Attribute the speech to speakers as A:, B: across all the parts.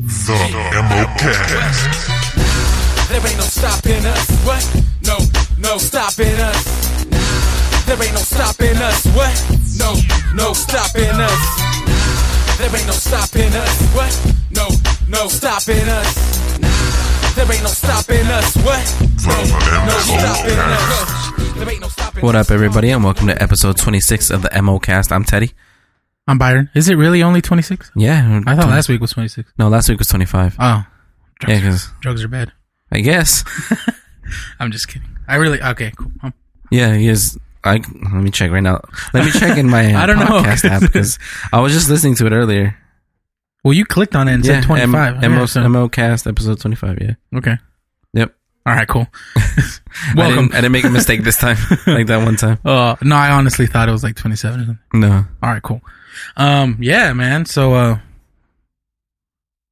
A: The MOCast.
B: There ain't no stopping us. What? No, no stopping us. There ain't no stopping us. What? No, no stopping us. There ain't no stopping us. What? No, no stopping us. There ain't no stopping us. What? No, no stopping us. There ain't no stopping
C: What up,
B: us.
C: everybody, and welcome to episode 26 of the MO Cast. I'm Teddy.
D: I'm Byron. Is it really only 26?
C: Yeah,
D: I thought
C: 20
D: last week was 26.
C: No, last week was 25.
D: Oh, drugs,
C: Yeah, 'cause-
D: drugs are bad.
C: I guess.
D: I'm just kidding. I really okay. Cool. Um,
C: Yeah, he is. I let me check right now. Let me check in my uh,
D: I don't know,
C: podcast
D: 'cause-
C: app because I was just listening to it earlier.
D: well, you clicked on it and
C: Yeah,
D: said 25.
C: M- MO,
D: Yeah, so-
C: MO Cast episode 25. Yeah.
D: okay.
C: Yep.
D: All right. Cool.
C: I
D: Welcome.
C: didn't, I didn't make a mistake this time, like that one time.
D: Uh, no, I honestly thought it was like 27 or something.
C: No,
D: All right. Cool. Um. Yeah, man. So, uh,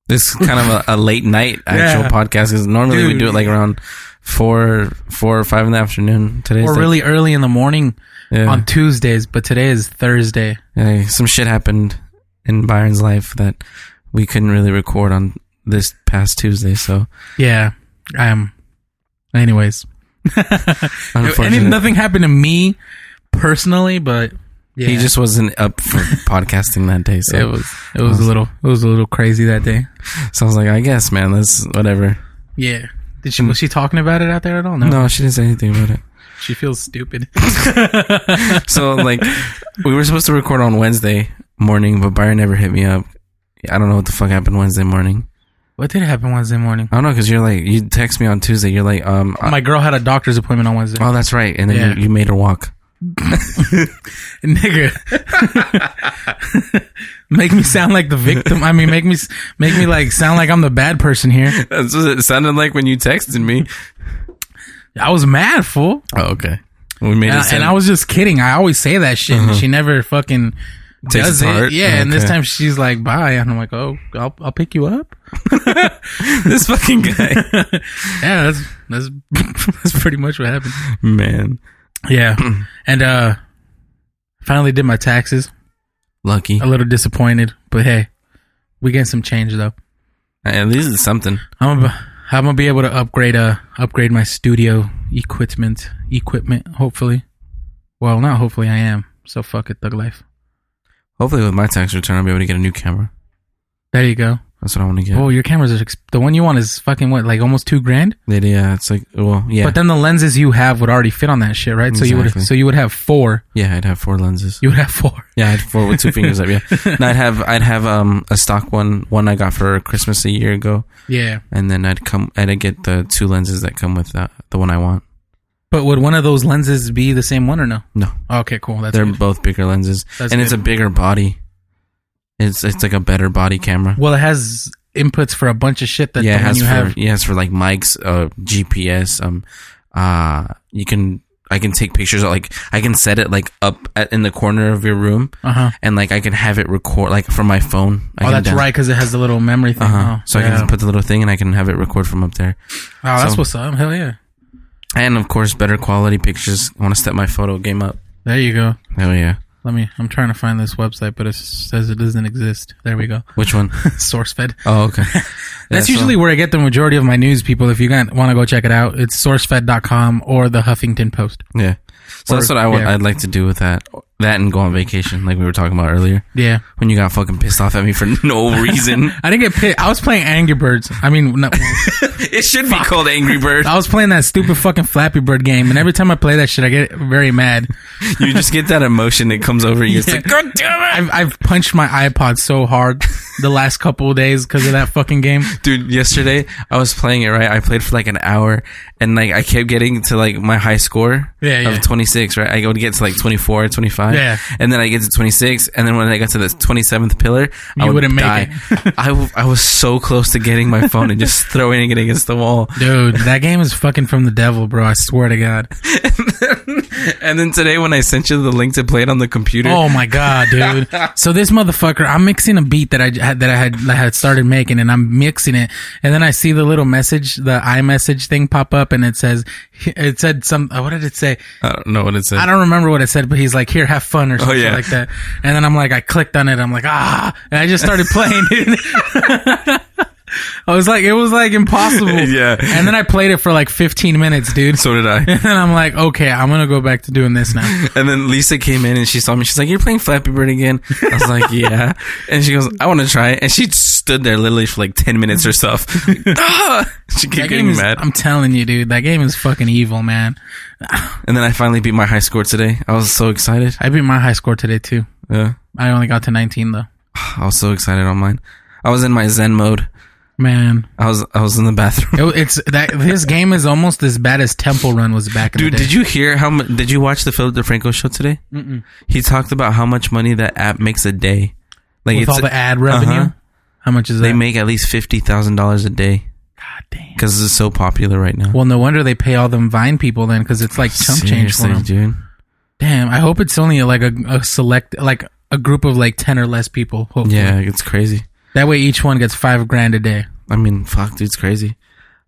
C: this is kind of a, a late night actual
D: Yeah.
C: podcast because normally we
D: Dude.
C: do it like around four, four or five in the afternoon. Today's
D: we're
C: like-
D: really early in the morning
C: yeah.
D: on Tuesdays, but today is Thursday.
C: Yeah, some shit happened in Byron's life that we couldn't really record on this past Tuesday. So
D: Yeah. I am. Anyways,
C: Unfortunate.
D: And nothing happened to me personally, but yeah.
C: he just wasn't up for podcasting that day. So
D: it was it was a little it was a little crazy that day.
C: so I was like, I guess, man, that's whatever.
D: Yeah. Did she was she talking about it out there at all? No.
C: No, she didn't say anything about it.
D: She feels stupid.
C: So like, we were supposed to record on Wednesday morning, but Byron never hit me up. I don't know what the fuck happened Wednesday morning.
D: what did happen Wednesday morning?
C: I don't know because you're like, you text me on Tuesday. You're like, um, I-
D: My girl had a doctor's appointment on Wednesday.
C: oh, that's right, and then
D: Yeah.
C: you, you made her walk.
D: Nigga. make me sound like the victim. I mean, make me s- make me like sound like I'm the bad person here.
C: That's what it sounded like when you texted me.
D: I was mad, fool.
C: Oh, okay. We made
D: And,
C: it.
D: I- and I was just kidding. I always say that shit and she never fucking
C: Takes
D: does
C: it
D: it.
C: to heart?
D: Yeah, and this
C: Okay.
D: time she's like, "Bye." And I'm like, "Oh, I'll I'll pick you up."
C: this fucking guy,
D: Yeah, that's that's that's pretty much what happened.
C: man,
D: Yeah,
C: Hmm.
D: and uh, finally did my taxes.
C: lucky.
D: A little disappointed, but hey, we getting some change though.
C: At least it's something.
D: I'm ab- I'm gonna be able to upgrade uh upgrade my studio equipment equipment. Hopefully, well, not hopefully, I am. So fuck it, thug life.
C: Hopefully, with my tax return, I'll be able to get a new camera.
D: There you go.
C: That's what I want to get.
D: Oh, your cameras are exp- the one you want is fucking what like almost two grand.
C: They- yeah, it's like well, yeah,
D: But then the lenses you have would already fit on that shit, right? So you
C: Exactly.
D: would so you would have four.
C: yeah, I'd have four lenses.
D: You would have four.
C: yeah, I'd have four with two fingers up. Yeah, no, I'd have I'd have um a stock one, one I got for Christmas a year ago,
D: Yeah.
C: and then I'd come I'd get the two lenses that come with that the one I want.
D: But would one of those lenses be the same one or no?
C: No,
D: Okay, cool. That's
C: they're
D: good.
C: both bigger lenses,
D: That's
C: and it's a
D: good.
C: bigger body. It's it's like a better body camera.
D: well, it has inputs for a bunch of shit that
C: yeah,
D: the
C: it
D: one
C: has
D: you
C: for
D: have.
C: yeah, it's for like mics, uh, GPS. Um, uh, you can I can take pictures. Of, like I can set it like up at, in the corner of your room,
D: Uh huh.
C: and like I can have it record like from my phone. I
D: Oh,
C: can
D: that's
C: down-
D: right, because it has the little memory thing.
C: Uh-huh.
D: Oh,
C: So I
D: yeah.
C: can put the little thing, and I can have it record from up there.
D: Oh, that's
C: so-
D: what's up. Hell yeah.
C: And of course, better quality pictures. I want to step my photo game up.
D: There you go.
C: Oh yeah,
D: Let me. I'm trying to find this website, but it says it doesn't exist. There we go.
C: which one?
D: SourceFed.
C: oh okay. Yeah,
D: That's
C: so-
D: usually where I get the majority of my news, people. If you want to go check it out, it's sourcefed.com or the Huffington Post.
C: yeah. So that's
D: or-
C: what I would
D: yeah.
C: I'd like to do with that. That and go on vacation, like we were talking about earlier.
D: Yeah.
C: When you got fucking pissed off at me for no reason.
D: I didn't get pissed. I was playing Angry Birds. I mean, no,
C: It should be called Angry Bird.
D: I was playing that stupid fucking Flappy Bird game, and every time I play that shit, I get very mad.
C: You just get that emotion that comes over you. It's like, God damn
D: I've, I've punched my iPod so hard the last couple of days because of that fucking game.
C: it. Dude, yesterday I was playing it, right? I played for like an hour and like I kept getting to like my high score
D: Yeah, yeah.
C: of 26, right? I would get to like 24, 25.
D: Yeah.
C: And then I get to 26. And then when I got to the 27th pillar, I
D: You
C: would
D: wouldn't make
C: die. I, w- I was so close to getting my phone and just throwing it against the wall.
D: Dude, that game is fucking from the devil, bro. I swear to God.
C: And then today when I sent you the link to play it on the computer,
D: Oh my God, dude. So this motherfucker, I'm mixing a beat that I j- had, that I had, that I had started making and I'm mixing it. And then I see the little message, the iMessage thing pop up and it says, it said some, uh, what did it say?
C: I don't know what it said.
D: I don't remember what it said, but he's like, "Here, have fun" or something
C: Oh, yeah.
D: like that. And then I'm like, I clicked on it. I'm like, ah, and I just started playing. Dude. I was like, it was like impossible.
C: Yeah.
D: And then I played it for like 15 minutes, dude.
C: So did I.
D: and then I'm like, okay, I'm gonna go back to doing this now.
C: And then Lisa came in and she saw me. She's like, "You're playing Flappy Bird again?" I was like, "Yeah." And she goes, "I want to try it." And she stood there literally for like ten minutes herself. Ah! she kept getting
D: That game is,
C: mad.
D: I'm telling you, dude, that game is fucking evil, man.
C: And then I finally beat my high score today. I was so excited.
D: I beat my high score today too.
C: Yeah,
D: I only got to 19 though.
C: I was so excited on mine. I was in my Zen mode.
D: Man,
C: I was I was in the bathroom.
D: It- it's that this game is almost as bad as Temple Run was back in
C: Dude,
D: the day.
C: did you hear how? mu- Did you watch the Philip DeFranco show today? Mm-mm. He talked about how much money that app makes a day. Like
D: with all the ad revenue?
C: Uh-huh.
D: How much is
C: they
D: that?
C: make at least fifty thousand dollars a day
D: God damn.
C: because it's so popular right now.
D: Well, no wonder they pay all them Vine people then, because it's like chump change for
C: Seriously,
D: them.
C: dude.
D: Damn, I hope it's only like a, a select, like a group of like ten or less people. Hopefully.
C: Yeah, it's crazy.
D: That way, each one gets five grand a day.
C: I mean, fuck, dude, it's crazy.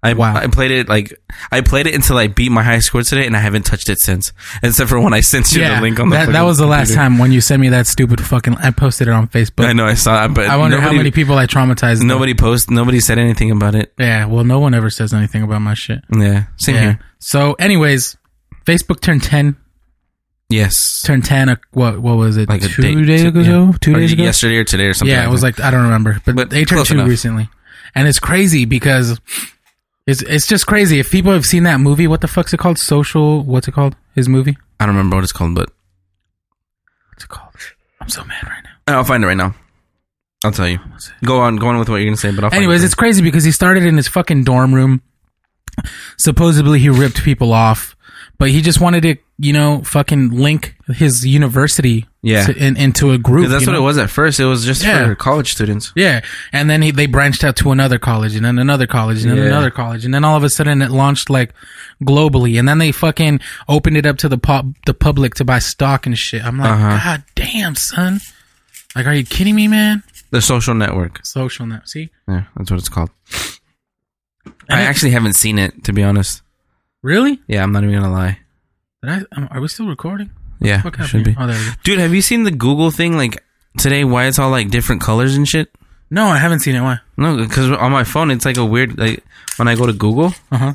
C: I
D: Wow.
C: I played it like I played it until I beat my high score today, and I haven't touched it since, except for when I sent you the link on the.
D: that, that
C: fucking
D: was the last
C: computer.
D: time when you sent me that stupid fucking. I posted it on Facebook.
C: I know I saw it, but
D: I wonder how many people I traumatized. though.
C: Nobody post. Nobody said anything about it.
D: Yeah, well, no one ever says anything about my shit.
C: Yeah, same
D: Yeah.
C: here.
D: So, anyways, Facebook turned ten.
C: Yes,
D: Turned ten. A, what? What was it?
C: like a
D: two
C: day-
D: days ago?
C: yeah.
D: Two
C: Or
D: days ago?
C: yesterday or today or something.
D: Yeah, it was
C: that.
D: like I don't remember, but,
C: But
D: they turned
C: close
D: two
C: enough.
D: recently, and it's crazy because it's it's just crazy. If people have seen that movie, what the fuck's it called? Social? What's it called? His movie?
C: I don't remember what it's called, but
D: What's it called? I'm so mad right now.
C: I'll find it right now. I'll tell you. Go on, go on with what you're gonna say. But I'll find
D: Anyways,
C: it.
D: it's crazy because he started in his fucking dorm room. Supposedly he ripped people off, but he just wanted to, you know, fucking link his university
C: Yeah.
D: to, in, into a group.
C: 'Cause that's
D: you
C: what
D: know?
C: it was at first. It was just
D: Yeah.
C: for college students.
D: Yeah, and then he, they branched out to another college, and then another college, and then
C: Yeah.
D: another college, and then all of a sudden it launched like globally, and then they fucking opened it up to the pop the public to buy stock and shit. I'm like,
C: Uh-huh.
D: God damn, son! Like, are you kidding me, man?
C: The social network.
D: Social net, see,
C: Yeah, that's what it's called.
D: And
C: I
D: it-
C: actually haven't seen it to be honest.
D: really?
C: Yeah, I'm not even gonna lie.
D: Did I, um, are we still recording?
C: Yeah,
D: What
C: it
D: happened
C: should
D: here?
C: be.
D: Oh, there we go.
C: Dude, have you seen the Google thing? Like today, why it's all like different colors and shit?
D: No, I haven't seen it. Why?
C: No, because on my phone it's like a weird like when I go to Google,
D: Uh huh.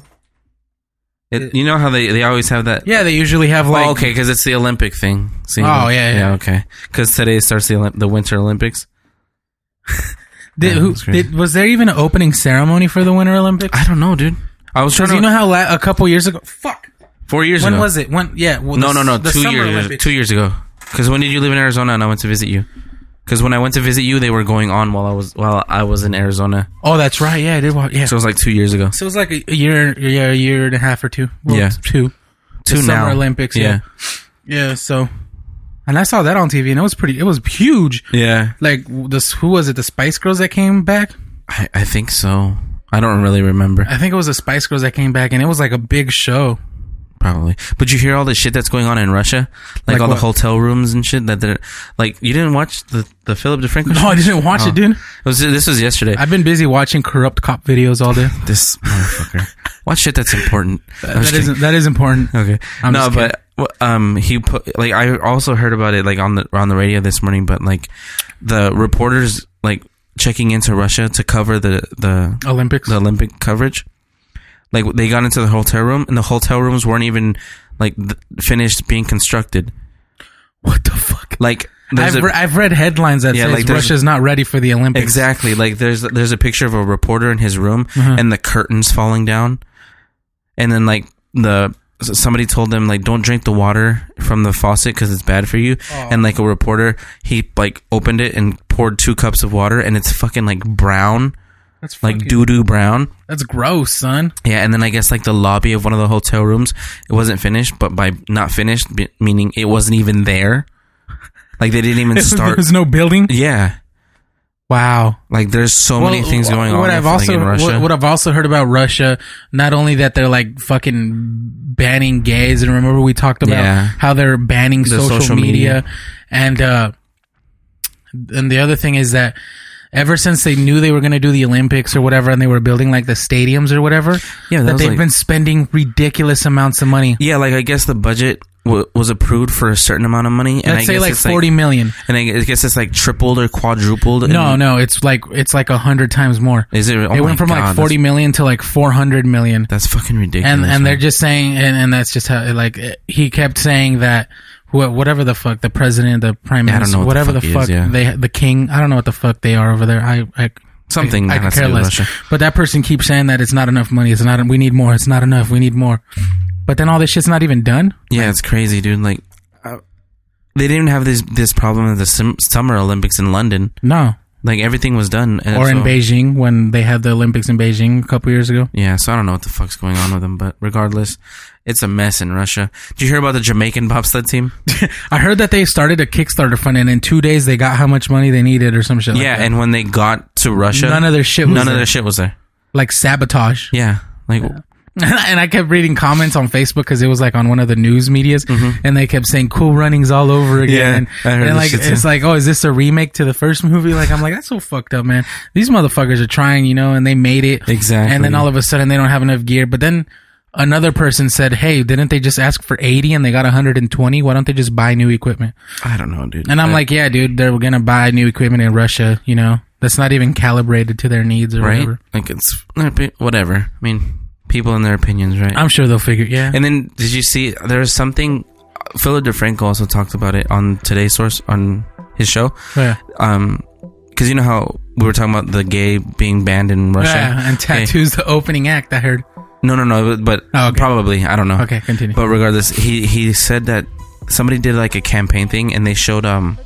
C: it, you know how they they always have that.
D: Yeah, they usually have like
C: oh, okay, because it's the Olympic thing. See,
D: Oh, yeah, yeah.
C: okay. Because today starts the Olymp- the Winter Olympics.
D: Did,
C: Yeah,
D: who,
C: that's crazy.
D: did, was there even an opening ceremony for the Winter Olympics?
C: I don't know, dude. I was trying
D: Because
C: to
D: you know how la- a couple years ago, fuck.
C: four years
D: When
C: ago.
D: was it? When? Yeah. Well,
C: No,
D: the-
C: no, no.
D: the
C: Two
D: Summer
C: years.
D: Olympics.
C: Two years ago. Because when did you live in Arizona and I went to visit you? Because when I went to visit you, they were going on while I was while I was in Arizona.
D: Oh, that's right. Yeah, I did watch. Yeah.
C: So
D: So,
C: it was like two years ago.
D: it was like a, a year, yeah, a year and a half or two. Well,
C: Yeah.
D: two.
C: Two
D: the
C: now.
D: Summer Olympics.
C: Yeah.
D: Yeah. yeah. So, and I saw that on TV, and it was pretty. It was huge.
C: Yeah.
D: Like this, who was it? The Spice Girls that came back.
C: I, I think so. I don't really remember.
D: I think it was the Spice Girls that came back, and it was like a big show.
C: Probably. But you hear all the shit that's going on in Russia, like,
D: Like
C: all
D: what?
C: the hotel rooms and shit that they're like. You didn't watch the the Philip DeFranco?
D: No, I didn't watch
C: Oh.
D: it, dude.
C: It was, this was yesterday.
D: I've been busy watching corrupt cop videos all day.
C: this motherfucker. watch shit that's important. I'm just
D: that
C: kidding.
D: isn't. That is important.
C: Okay.
D: I'm
C: no,
D: just kidding.
C: but well, um, he put like I also heard about it like on the on the radio this morning, but like the reporters like checking into Russia to cover the the
D: Olympics.
C: the Olympic coverage. Like they got into the hotel room, and the hotel rooms weren't even like th- finished being constructed.
D: what the fuck?
C: Like there's
D: I've,
C: a-
D: re- I've read headlines that
C: Yeah,
D: says
C: like, there's-
D: Russia's not ready for the Olympics.
C: Exactly. Like there's there's a picture of a reporter in his room and the curtains falling down, and then like the s- somebody told them like don't drink the water from the faucet because it's bad for you. And like a reporter, he like opened it and poured two cups of water, and it's fucking like brown,
D: That's
C: like
D: fucking-
C: doo doo brown.
D: That's gross, son.
C: Yeah, and then I guess like the lobby of one of the hotel rooms, it wasn't finished, but by not finished, be- meaning it wasn't even there. Like they didn't even start.
D: There's no building.
C: yeah,
D: Wow.
C: like there's so many things going on.
D: What I've
C: like,
D: also
C: in Russia.
D: What, what I've also heard about Russia, not only that they're like fucking banning gays, and remember we talked about
C: Yeah.
D: how they're banning social,
C: social
D: media, and uh, and the other thing is that ever since they knew they were going to do the Olympics or whatever, and they were building like the stadiums or whatever.
C: Yeah, that
D: that,
C: was
D: they've
C: like-
D: been spending ridiculous amounts of money.
C: Yeah, like I guess the budget w- was approved for a certain amount of money. And
D: Let's
C: I
D: say
C: guess
D: like
C: it's
D: forty million.
C: and I guess it's like tripled or quadrupled.
D: No, no, it's like it's like a hundred times more.
C: Is it? Oh
D: it
C: my
D: went from
C: God,
D: like forty million to like four hundred million.
C: That's, that's fucking ridiculous.
D: and and they're
C: man.
D: just saying and, and that's just how like it- he kept saying that wha- whatever the fuck the president the prime
C: Yeah, I don't
D: minister
C: know what the
D: whatever the
C: fuck
D: fuck,
C: is, yeah.
D: they the king I don't know what the fuck they are over there I I
C: Something
D: I, I
C: that
D: could
C: has to
D: care
C: do with
D: less
C: Russia.
D: but that person keeps saying that it's not enough money it's not we need more it's not enough we need more but then all this shit's not even done
C: yeah, it's crazy, dude. Like. uh, They didn't have this this problem at the sim- summer Olympics in London.
D: no
C: Like everything was done. and
D: or in
C: so-
D: Beijing when they had the Olympics in Beijing a couple years ago
C: Yeah, so I don't know what the fuck's going on with them, but regardless, it's a mess in Russia. Did you hear about the Jamaican bobsled team?
D: I heard that they started a Kickstarter fund and in two days they got how much money they needed or some shit like
C: yeah,
D: that.
C: and when they got to Russia,
D: None of their shit was
C: none of
D: there.
C: their shit was there.
D: like sabotage
C: Yeah, like
D: and I kept reading comments on Facebook because it was like on one of the news medias, and they kept saying "cool runnings" all over again.
C: Mm-hmm. Yeah, I
D: and,
C: heard
D: and
C: this
D: like
C: shit, too.
D: it's like, oh, is this a remake to the first movie? Like I'm like, that's so fucked up, man. These motherfuckers are trying, you know, and they made it
C: Exactly.
D: And then all of a sudden they don't have enough gear. But then another person said, hey, didn't they just ask for 80 and they got 120? Why don't they just buy new equipment?
C: I don't know, dude.
D: And I'm
C: Uh,
D: like, yeah, dude, they're gonna buy new equipment in Russia. You know, that's not even calibrated to their needs or
C: right?
D: whatever.
C: Like it's eh, whatever. I mean, people and their opinions, right?
D: I'm sure they'll figure. Yeah.
C: and then did you see there's something? Philip DeFranco also talked about it on today's source on his show.
D: Oh, yeah.
C: Um, because you know how we were talking about the gay being banned in Russia
D: Yeah, and
C: Hey,
D: tattoos the opening act. I heard.
C: No, no, no. But
D: Oh, okay.
C: probably, I don't know.
D: Okay, continue.
C: But regardless, he he said that somebody did like a campaign thing, and they showed um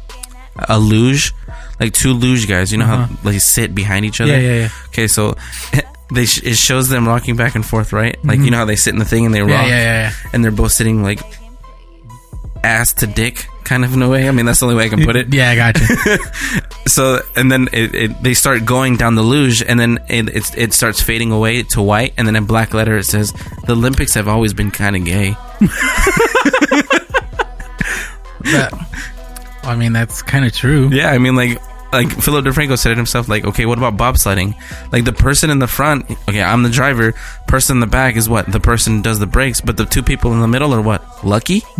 C: a luge, like two luge guys. You know
D: Uh-huh.
C: how they sit behind each other.
D: Yeah, yeah, yeah.
C: Okay, so they sh- it shows them rocking back and forth, right? Like you know how they sit in the thing and they rock,
D: Mm-hmm. Yeah, yeah, yeah,
C: and they're both sitting like ass to dick, kind of in a way. I mean, that's the only way I can put it.
D: Yeah, I got you.
C: So and then it, it, they start going down the luge, and then it it's, it starts fading away to white, and then in black letter it says the Olympics have always been kind of gay.
D: But, I mean, that's kind of true.
C: Yeah, I mean, like, like Philip DeFranco said it himself. Like, okay, what about bobsledding? Like the person in the front, okay, I'm the driver. Person in the back is what the person does the brakes, but the two people in the middle are what lucky.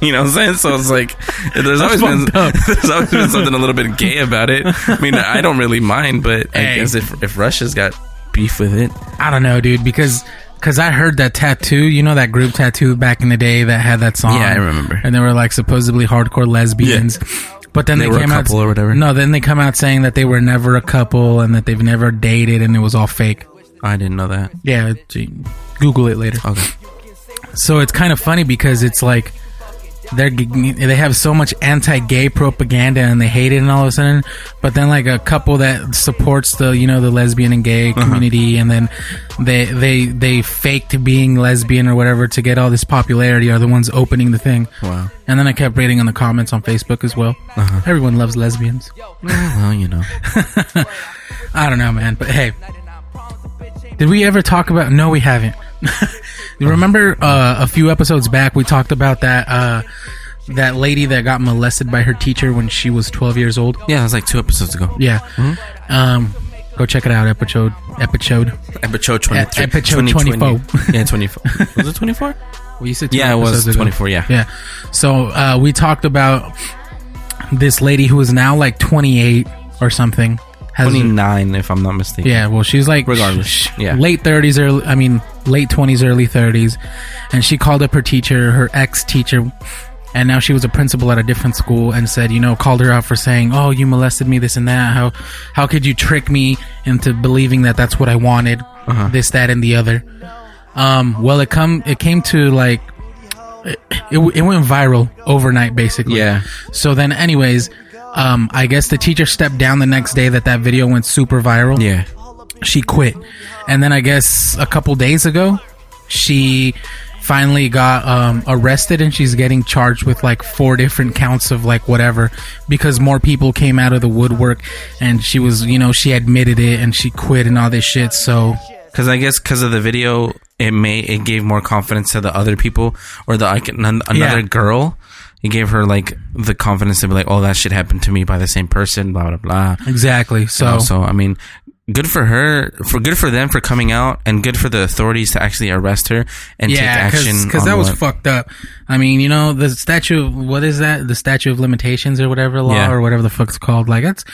C: you know what I'm saying? So it's like there's always been
D: fucked up.
C: there's always been something a little bit gay about it. I mean, I don't really mind, but I
D: Hey.
C: guess if if Russia's got beef with it,
D: I don't know, dude, because because I heard that tattoo. You know that group tattoo back in the day that had that song.
C: Yeah, I remember.
D: And they were like supposedly hardcore lesbians. But then
C: They
D: they,
C: were a
D: came out
C: couple or whatever.
D: No, then they come out saying that they were never a couple and that they've never dated and it was all fake.
C: I didn't know that.
D: Yeah, gee, Google it later.
C: Okay,
D: So it's kind of funny because it's like they're g- they have so much anti-gay propaganda and they hate it and all of a sudden but then like a couple that supports the you know the lesbian and gay community and then they they they faked being lesbian or whatever to get all this popularity are the ones opening the thing
C: Wow.
D: and then i kept reading on the comments on facebook as well everyone loves lesbians
C: well, you know,
D: i don't know man but hey did we ever talk about no we haven't remember uh, a few episodes back we talked about that uh, that lady that got molested by her teacher when she was 12 years old
C: yeah, it was like two episodes ago.
D: yeah um, go check it out episode episode
C: Episode twenty three,
D: Episode 24.
C: yeah, twenty four. Was it twenty four?
D: well, you said two
C: Yeah, it was
D: episodes ago.
C: 24. Yeah.
D: yeah so uh, we talked about this lady who is now like 28 or something has
C: 29, if I'm not mistaken.
D: Yeah, well, she's like
C: Regardless,
D: sh- sh-
C: yeah.
D: late thirties, early I mean late twenties, early thirties, and she called up her teacher, her ex teacher, and now she was a principal at a different school, and said, you know, called her out for saying, oh, you molested me, this and that. How how could you trick me into believing that that's what I wanted,
C: Uh-huh.
D: this, that, and the other. Um, well, it come it came to like it, it, it went viral overnight, basically.
C: Yeah.
D: So then, anyways. Um, I guess the teacher stepped down the next day that that video went super viral
C: Yeah.
D: she quit. And then I guess a couple days ago, she finally got um, arrested and she's getting charged with like four different counts of like whatever because more people came out of the woodwork and she was, you know, she admitted it and she quit and all this shit. So,
C: Because I guess because of the video, it may it gave more confidence to the other people or the like, an, another
D: Yeah.
C: girl it gave her like the confidence to be like, oh, that shit happened to me by the same person, blah blah blah.
D: Exactly. So,
C: So I mean, good for her, for good for them for coming out, and good for the authorities to actually arrest her and take
D: yeah,
C: action.
D: because
C: on
D: that was
C: what-
D: fucked up. I mean, you know, the statue. Of, what is that? The statue of limitations or whatever law
C: Yeah.
D: or whatever the fuck it's called. Like that's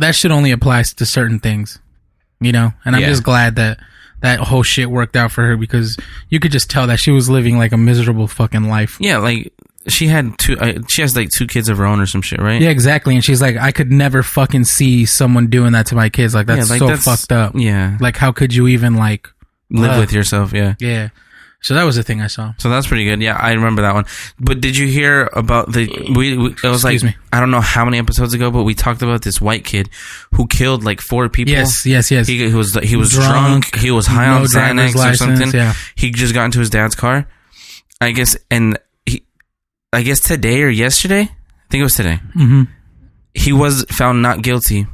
D: that shit only applies to certain things, you know. And I'm
C: Yeah.
D: just glad that that whole shit worked out for her because you could just tell that she was living like a miserable fucking life.
C: Yeah, like she had two. Uh, she has like two kids of her own or some shit, right?
D: Yeah, exactly. And she's like, I could never fucking see someone doing that to my kids. Like that's
C: like,
D: so
C: that's-
D: fucked up.
C: Yeah,
D: Like how could you even like
C: live
D: uh,
C: with yourself. Yeah.
D: Yeah. So that was the thing I saw.
C: So that's pretty good. Yeah, I remember that one. But did you hear about the? We, we it was
D: Excuse
C: like
D: me.
C: I don't know how many episodes ago, but we talked about this white kid who killed like four people.
D: Yes, yes, yes.
C: He, he was he was drunk.
D: Drunk,
C: He was high
D: no
C: on Xanax
D: driver's
C: or something.
D: license, yeah.
C: He just got into his dad's car. I guess and he, I guess today or yesterday. I think it was today.
D: mm-hmm.
C: He was found not guilty.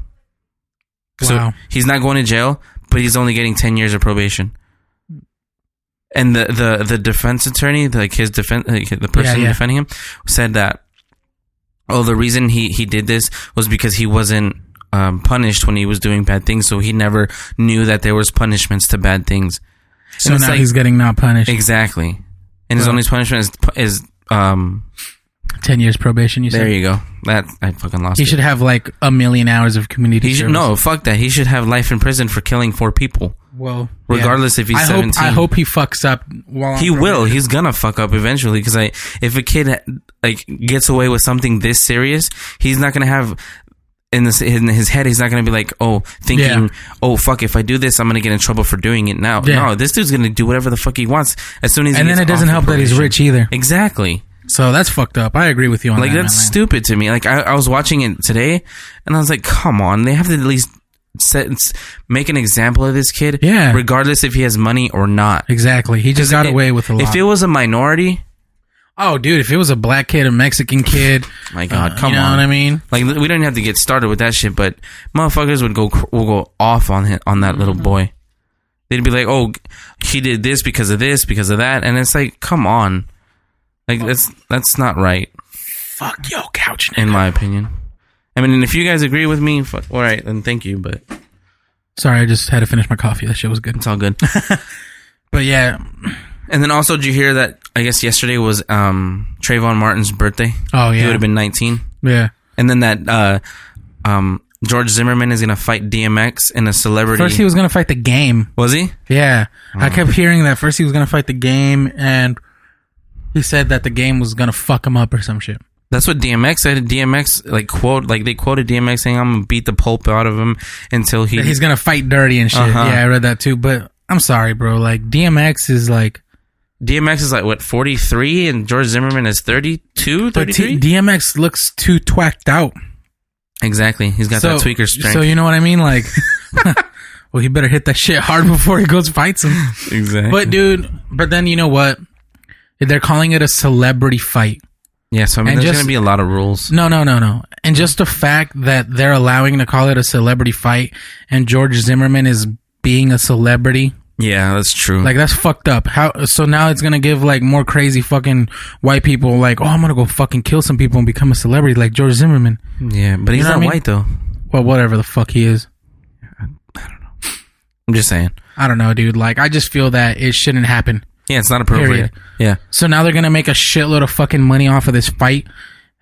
C: So
D: Wow.
C: he's not going to jail, but he's only getting ten years of probation. And the the, the defense attorney, like his defense, like the person
D: yeah.
C: defending him, said that oh, the reason he he did this was because he wasn't um, punished when he was doing bad things, so he never knew that there was punishments to bad things.
D: So
C: it's
D: now
C: like-
D: he's getting not punished.
C: Exactly. And his
D: Well-
C: only punishment is is um.
D: Ten years probation. You
C: There
D: said
C: you go. That I fucking lost.
D: he
C: it.
D: should have like a million hours of community.
C: He should
D: service.
C: no. Fuck that. He should have life in prison for killing four people.
D: Well,
C: Regardless if he's
D: I hope,
C: 17.
D: I hope he fucks up. While on
C: he will.
D: probation.
C: He's gonna fuck up eventually. Because I, if a kid like gets away with something this serious, he's not gonna have in this in his head. He's not gonna be like, oh, thinking,
D: Yeah.
C: oh fuck, if I do this, I'm gonna get in trouble for doing it now.
D: Yeah.
C: No, this dude's gonna do whatever the fuck he wants as soon as. he
D: And then
C: gets
D: it doesn't
C: off
D: help that he's
C: probation.
D: rich either.
C: Exactly.
D: So that's fucked up. I agree with you on
C: Like
D: that.
C: that's
D: man.
C: stupid to me. Like I, I was watching it today, and I was like, come on, they have to at least. Set, make an example of this kid,
D: Yeah.
C: Regardless if he has money or not,
D: Exactly. He just got away with a lot.
C: If it was a minority,
D: oh, dude, if it was a black kid, a Mexican kid,
C: My God,
D: uh,
C: come
D: you know
C: on.
D: what I mean?
C: Like we didn't have to get started with that shit, but motherfuckers would go will go off on him, on that little
D: Mm-hmm.
C: boy. They'd be like, "Oh, he did this because of this, because of that," and it's like, "Come on, like that's that's not right,"
D: Fuck yo, couch.
C: in my opinion. I mean, and if you guys agree with me, fuck, all right, then thank you, but
D: Sorry, I just had to finish my coffee. That shit was good.
C: it's all good.
D: But yeah.
C: and then also, did you hear that? I guess yesterday was um Trayvon Martin's birthday.
D: Oh
C: He would
D: yeah.
C: have been nineteen,
D: yeah.
C: and then that uh um George Zimmerman is gonna fight DMX in a celebrity.
D: First, he was gonna fight the game.
C: was he?
D: Yeah, I
C: Hmm.
D: kept hearing that. First, he was gonna fight the game, and he said that the game was gonna fuck him up or some shit.
C: That's what DMX said. DMX like quote like they quoted DMX saying I'm gonna beat the pulp out of him until he
D: That he's gonna fight dirty and shit.
C: Uh-huh.
D: Yeah, I read that too. But I'm sorry, bro. Like DMX is like,
C: DMX is like what 43 and George Zimmerman is 32
D: but T-
C: 33
D: DMX looks too twacked out.
C: Exactly. He's got that tweaker strength.
D: So you know what I mean? Like, well, he better hit that shit hard before he goes fights him.
C: exactly.
D: But dude, but then you know what? They're calling it a celebrity fight.
C: yeah, so I mean
D: and
C: there's
D: just-
C: going to be a lot of rules.
D: No, no, no, no. And just the fact that they're allowing to call it a celebrity fight and George Zimmerman is being a celebrity,
C: Yeah, that's true.
D: like that's fucked up. How so now it's gonna give like more crazy fucking white people like, oh I'm gonna go fucking kill some people and become a celebrity like George Zimmerman.
C: yeah, but he's
D: know
C: not
D: what I mean?
C: white though.
D: Well whatever the fuck he is.
C: I'm just saying.
D: I don't know, dude. Like I just feel that it shouldn't happen.
C: Yeah, it's not appropriate.
D: Period.
C: Yeah.
D: So now they're gonna make a shitload of fucking money off of this fight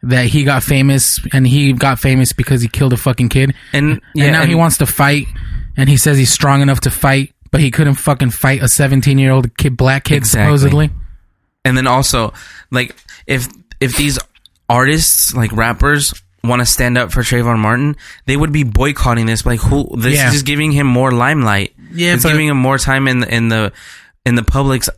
D: that he got famous and he got famous because he killed a fucking kid.
C: And yeah,
D: and now he
C: and-
D: wants to fight, and he says he's strong enough to fight, but he couldn't fucking fight a 17 year old kid, black kid,
C: Exactly.
D: supposedly.
C: and then also like if if these artists like rappers want to stand up for Trayvon Martin, they would be boycotting this. Like who? This
D: Yeah.
C: is just giving him more limelight.
D: Yeah,
C: it's
D: but-
C: giving him more time in the, in the in the public's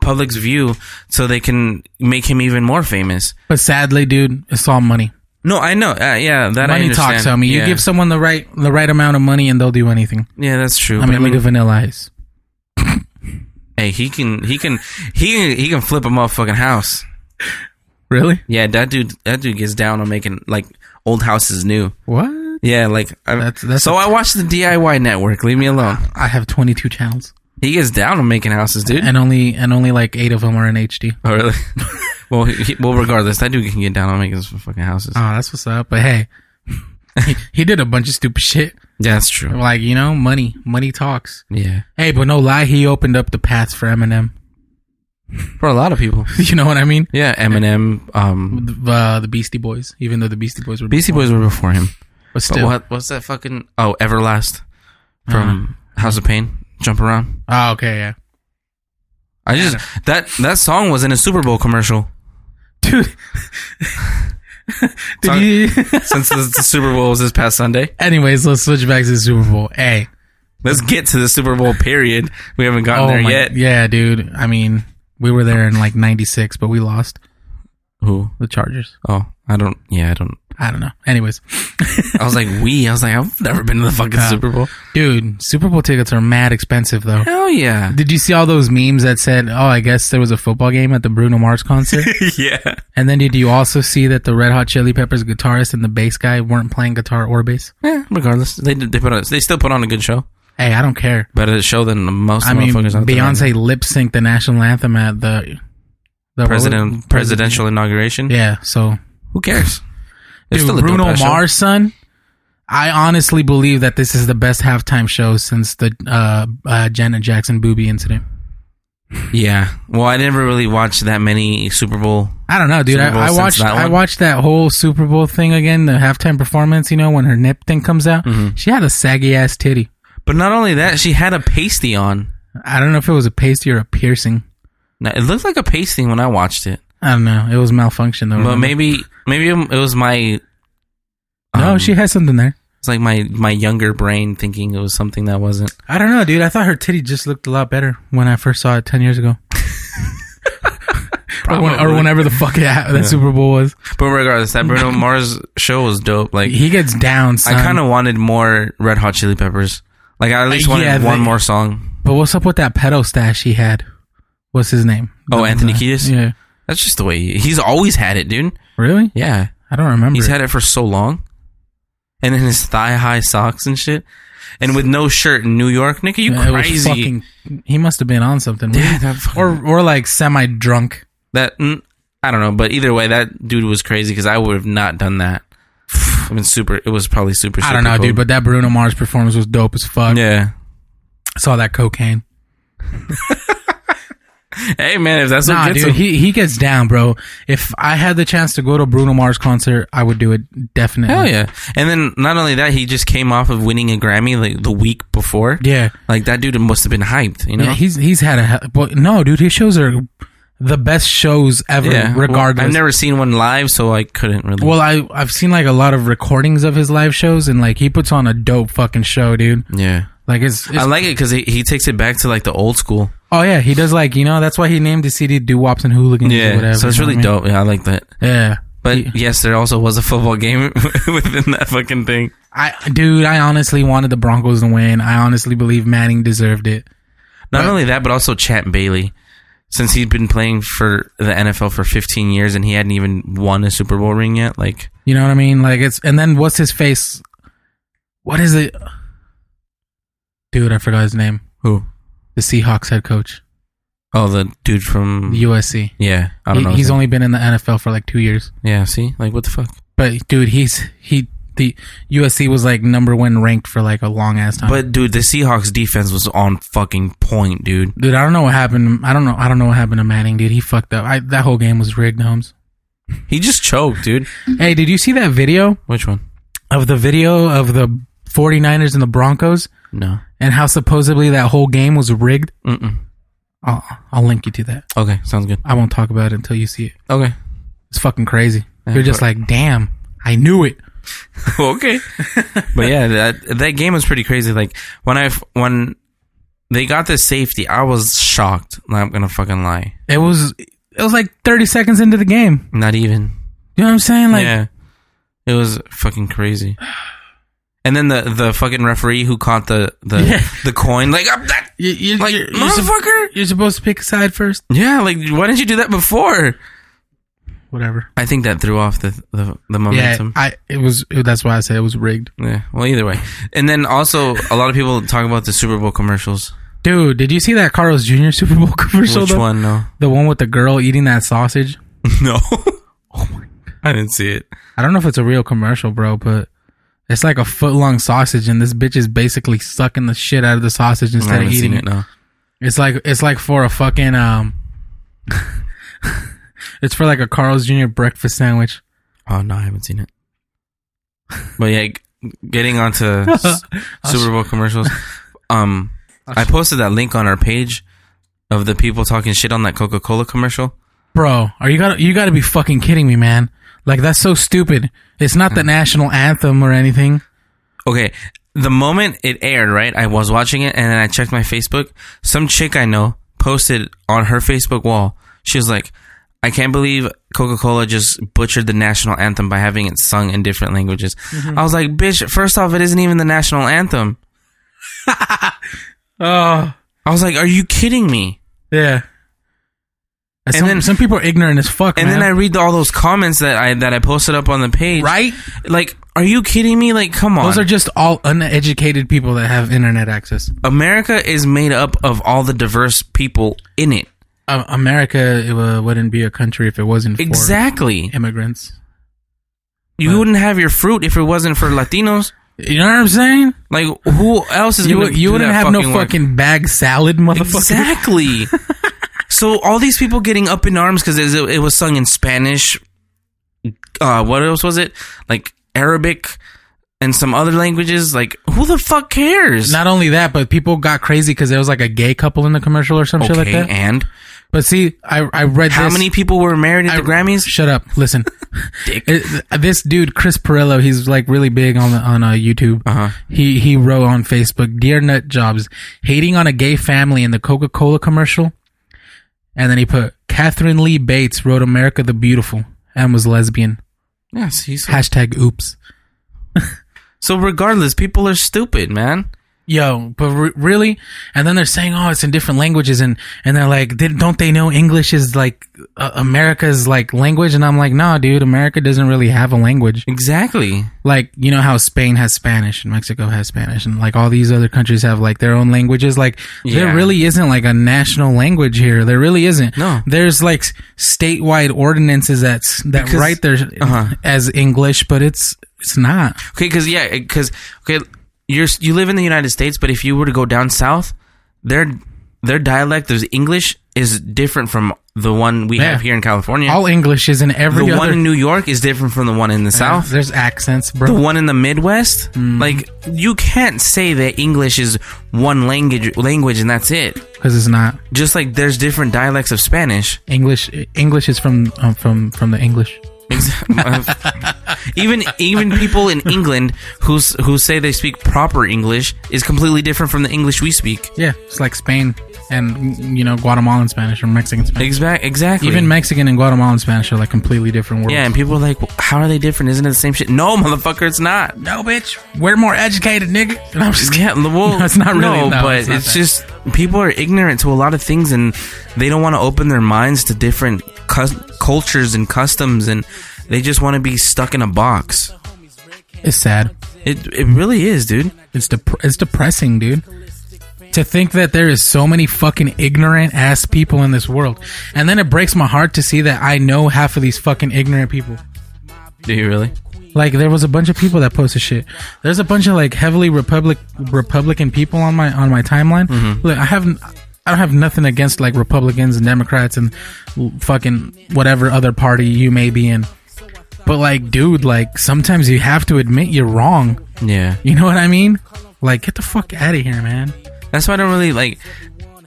C: public's view, so they can make him even more famous.
D: But sadly, dude, it's all money.
C: No, I know. Uh, yeah, that I
D: money
C: understand.
D: talks, homie.
C: Yeah.
D: You give someone the right the right amount of money, and they'll do anything.
C: yeah, that's true.
D: I
C: But
D: mean, look at Vanilla Ice.
C: hey, he can, he can, he can, he can flip a motherfucking house.
D: Really?
C: Yeah, that dude, that dude gets down on making like old houses new.
D: What?
C: Yeah, like I,
D: That's- that's
C: so. I
D: a-
C: watch the DIY network. Leave me alone.
D: I have 22 channels,
C: He gets down on making houses, dude.
D: and only and only like eight of them are in HD.
C: oh, really? Well, he, he- well, regardless, that dude can get down on making his fucking houses.
D: Oh, that's what's up. But hey, he, he did a bunch of stupid shit.
C: yeah, that's true.
D: Like you know, money, money talks.
C: Yeah,
D: Hey, but no lie, he opened up the paths for Eminem.
C: for a lot of people.
D: You know what I mean?
C: Yeah, Eminem. Um,
D: The, uh, the Beastie Boys, even though the Beastie Boys were
C: Beastie Boys were before him.
D: but
C: But
D: still.
C: what, what's that fucking? Oh, Everlast from House of Pain. Jump around.
D: Oh, okay, yeah,
C: I just that that song was in a Super Bowl commercial.
D: dude. Did
C: Sorry.
D: you?
C: Since the, the Super Bowl was this past Sunday,
D: Anyways, let's switch back to the Super Bowl. Hey, Oh
C: let's get to the Super Bowl period. We haven't gotten there yet.
D: yeah, dude. I mean, we were there in like '96, but we lost
C: Who?
D: the Chargers.
C: Oh, I don't. Yeah, I don't.
D: I don't know. Anyways,
C: I was like, we. I was like, I've never been to the fucking
D: Yeah.
C: Super Bowl.
D: dude, Super Bowl tickets are mad expensive though.
C: Hell yeah.
D: Did you see all those memes that said, "Oh, I guess there was a football game at the Bruno Mars concert"?
C: yeah.
D: and then did you also see that the Red Hot Chili Peppers guitarist and the bass guy weren't playing guitar or bass?
C: Yeah. Regardless, they did- they put on, they still put on a good show.
D: Hey, I don't care.
C: Better show than most
D: I mean,
C: motherfuckers out there.
D: Beyonce lip synced the national anthem at the the
C: president presidential inauguration.
D: Yeah, so
C: Who cares? It's
D: Dude,
C: still a dope
D: Bruno
C: ass show.
D: Mars, son. I honestly believe that this is the best halftime show since the uh, uh, Janet Jackson booby incident.
C: Yeah. Well, I never really watched that many Super Bowl.
D: I don't know, dude.
C: Super Bowl
D: I, I
C: since
D: watched
C: that
D: I
C: one?
D: watched that whole Super Bowl thing again, the halftime performance. You know when her nip thing comes out,
C: Mm-hmm.
D: she had a saggy ass titty.
C: But not only that, she had a pasty on.
D: I don't know if it was a pasty or a piercing.
C: Now, it looked like a pasty when I watched it,
D: I don't know. It was malfunction though.
C: but
D: remember?
C: maybe maybe it was my.
D: no,
C: um,
D: she had something there.
C: It's like my my younger brain thinking it was something that wasn't.
D: I don't know, dude. I thought her titty just looked a lot better when I first saw it ten years ago, or, when, or
C: Probably.
D: whenever the fuck it, that Super Bowl was.
C: But regardless, that Bruno Mars show was dope. Like
D: He gets down.
C: I
D: Son.
C: kind of wanted more Red Hot Chili Peppers. Like I at least wanted
D: yeah,
C: one
D: they-
C: more song.
D: But what's up with that pedo stash he had? What's his name?
C: Oh,
D: The-
C: Anthony
D: the-
C: Kiedis?
D: Yeah.
C: That's just the way he, he's always had it, dude.
D: Really?
C: Yeah,
D: I don't remember.
C: he's
D: it.
C: had it for so long, and then his thigh high socks and shit, and with no shirt in New York, nigga, you
D: Yeah, it was
C: crazy?
D: fucking- he must have been on something.
C: Yeah,
D: weird.
C: that fucking-
D: or or like semi drunk.
C: That mm, I don't know, but either way, that dude was crazy because I would have not done that. I mean, super. It was probably super.
D: I don't
C: super
D: know, dude.
C: cold.
D: But that Bruno Mars performance was dope as fuck.
C: yeah.
D: I saw that cocaine.
C: Hey man, if that's
D: Nah,
C: what gets him,
D: dude, he he gets down, bro. If I had the chance to go to a Bruno Mars concert, I would do it definitely.
C: hell Oh, yeah. And then not only that, he just came off of winning a Grammy like the week before.
D: yeah.
C: Like that dude must have been hyped, you know?
D: Yeah, he's he's had a hell- but no, dude. His shows are the best shows ever.
C: Well,
D: regardless,
C: I've never seen one live, so I couldn't really.
D: Well, I I've seen like a lot of recordings of his live shows, and like he puts on a dope fucking show, dude.
C: yeah.
D: Like it's, it's
C: I like it because he, he takes it back to like the old school.
D: oh yeah, he does like you know that's why he named his CD "Do Wops and Hooligans." or whatever,
C: So it's
D: you know
C: really
D: what
C: dope. Yeah, I like that.
D: I mean? Yeah,
C: But yes, there also was a football game within that fucking thing.
D: I dude, I honestly wanted the Broncos to win. I honestly believe Manning deserved it.
C: Not only that, but also Chat Bailey. Since he'd been playing for the NFL for 15 years and he hadn't even won a Super Bowl ring yet, like
D: You know what I mean? Like it's and then what's his face? What is it? Dude, I forgot his name.
C: who?
D: The Seahawks head coach,
C: Oh, the dude from
D: the USC.
C: yeah. I don't
D: He-
C: know. his
D: he's
C: name.
D: only been in the NFL for like two years.
C: yeah. See, like what the fuck?
D: But dude, he's he the USC was like number one ranked for like a long ass time.
C: But dude, the Seahawks defense was on fucking point, dude.
D: dude, I don't know what happened. I don't know. I don't know what happened to Manning, dude. He fucked up. I, that whole game was rigged, Holmes.
C: He just choked, dude.
D: Hey, did you see that video
C: Which one?
D: of the video of the 49ers and the Broncos
C: No.
D: and how supposedly that whole game was rigged?
C: Mm-mm.
D: I'll, I'll link you to that.
C: Okay, sounds good.
D: I won't talk about it until you see it.
C: Okay.
D: It's fucking crazy. You're just
C: but-
D: like, damn, I knew it.
C: okay. but yeah, that that game was pretty crazy. Like when I f- when they got the safety, I was shocked. Not gonna fucking lie.
D: It was it was like 30 seconds into the game.
C: Not even.
D: You know what I'm saying? Like,
C: yeah, it was fucking crazy. And then the the fucking referee who caught the the
D: Yeah.
C: the coin, like up that,
D: you, you,
C: like
D: you're, you're, sup-
C: motherfucker.
D: you're supposed to pick a side first.
C: yeah, like why didn't you do that before?
D: Whatever.
C: I think that threw off the the, the
D: Yeah,
C: momentum.
D: I it was that's why I said it was rigged.
C: yeah. Well, either way, and then also a lot of people talk about the Super Bowl commercials.
D: Dude, did you see that Carlos Jr. Super Bowl commercial?
C: Which
D: though?
C: one? No.
D: The one with the girl eating that sausage.
C: No. oh my! I didn't see it.
D: I don't know if it's a real commercial, bro, but it's like a foot long sausage, and this bitch is basically sucking the shit out of the sausage
C: I
D: instead of
C: haven't
D: eating
C: seen
D: it.
C: it. No.
D: It's like it's like for a fucking um. it's for like a Carl's Jr. breakfast sandwich.
C: Oh no, I haven't seen it. But yeah, g- getting onto s- Super Bowl commercials. Um, I posted that link on our page of the people talking shit on that Coca Cola commercial.
D: Bro, are you gotta you gotta be fucking kidding me, man? Like that's so stupid. It's not the
C: Mm.
D: national anthem or anything.
C: Okay, the moment it aired, right? I was watching it and then I checked my Facebook. Some chick I know posted on her Facebook wall. She was like, "I can't believe Coca Cola just butchered the national anthem by having it sung in different languages."
D: Mm-hmm.
C: I was like, "Bitch, first off, it isn't even the national anthem."
D: Oh
C: I was like, "Are you kidding me?"
D: yeah. And some,
C: then-
D: some people are ignorant as fuck,
C: And
D: man.
C: then I read all those comments that I that I posted up on the page.
D: right?
C: Like, are you kidding me? Like, come on.
D: Those are just all uneducated people that have internet access.
C: America is made up of all the diverse people in it.
D: Uh, America it, uh, wouldn't be a country if it wasn't for
C: Exactly.
D: immigrants.
C: You wouldn't have your fruit if it wasn't for Latinos.
D: You know what I'm saying?
C: Like, who else is
D: You,
C: going to
D: you wouldn't have no fucking bag salad, motherfucker.
C: Exactly. so all these people getting up in arms because it, it was sung in Spanish. Uh, what else was it? Like Arabic and some other languages. Like, who the fuck cares?
D: Not only that, but people got crazy because there was like a gay couple in the commercial or some
C: okay,
D: shit like that.
C: and
D: But see, I I read
C: How
D: this.
C: many people were married at
D: I-
C: the Grammys?
D: Shut up! Listen, It- this dude Chris Perillo, he's like really big on the, on uh, YouTube.
C: Uh-huh.
D: He he wrote on Facebook, "Dear Nut Jobs, hating on a gay family in the Coca Cola commercial," and then he put Catherine Lee Bates wrote "America the Beautiful" and was lesbian.
C: Yes, he's
D: Hashtag oops.
C: so. Regardless, people are stupid, man.
D: Yo, but re- really? And then they're saying, oh, it's in different languages, and and they're like, "Did- don't they know English is like uh, America's like language? And I'm like, no, dude, America doesn't really have a language.
C: Exactly.
D: Like, you know how Spain has Spanish and Mexico has Spanish, and like all these other countries have like their own languages. Like,
C: Yeah.
D: there really isn't like a national language here. There really isn't.
C: No.
D: there's like s- statewide ordinances that s- that
C: Because-
D: write there
C: Uh-huh.
D: as English, but it's it's not.
C: Okay, because yeah, because okay, you're you live in the United States, but if you were to go down south, their their dialect, their English, is different from the one we
D: Yeah.
C: have here in California.
D: All English is in every
C: the
D: other.
C: one in New York is different from the one in the South.
D: There's accents, bro.
C: The one in the Midwest,
D: Mm-hmm.
C: like you can't say that English is one language language and that's it.
D: because it's not
C: Just like there's different dialects of Spanish.
D: English. English is from um, from from the English.
C: even even people in England who s- who say they speak proper English is completely different from the English we speak.
D: Yeah, it's like Spain and you know Guatemalan Spanish or Mexican Spanish.
C: Exact, exactly.
D: Even Mexican and Guatemalan Spanish are like completely different words.
C: yeah, and people are like, "Well, how are they different? Isn't it the same shit? No, motherfucker, it's not.
D: no, bitch, we're more educated, nigga. No, I'm just kidding.
C: Yeah, well,
D: No, it's not really- no,
C: but it's,
D: it's not that.
C: just people are ignorant to a lot of things, and they don't want to open their minds to different cus- cultures and customs, and they just want to be stuck in a box.
D: It's sad.
C: It it really is, dude.
D: It's dep- it's depressing, dude. To think that there is so many fucking ignorant ass people in this world, and then it breaks my heart to see that I know half of these fucking ignorant people.
C: Do you really?
D: Like there was a bunch of people that posted shit. There's a bunch of like heavily republic Republican people on my on my timeline. Look, I haven't. I don't have nothing against like Republicans and Democrats and l- fucking whatever other party you may be in. But like, dude, like sometimes you have to admit you're wrong.
C: Yeah.
D: You know what I mean? Like, get the fuck out of here, man.
C: That's why I don't really like.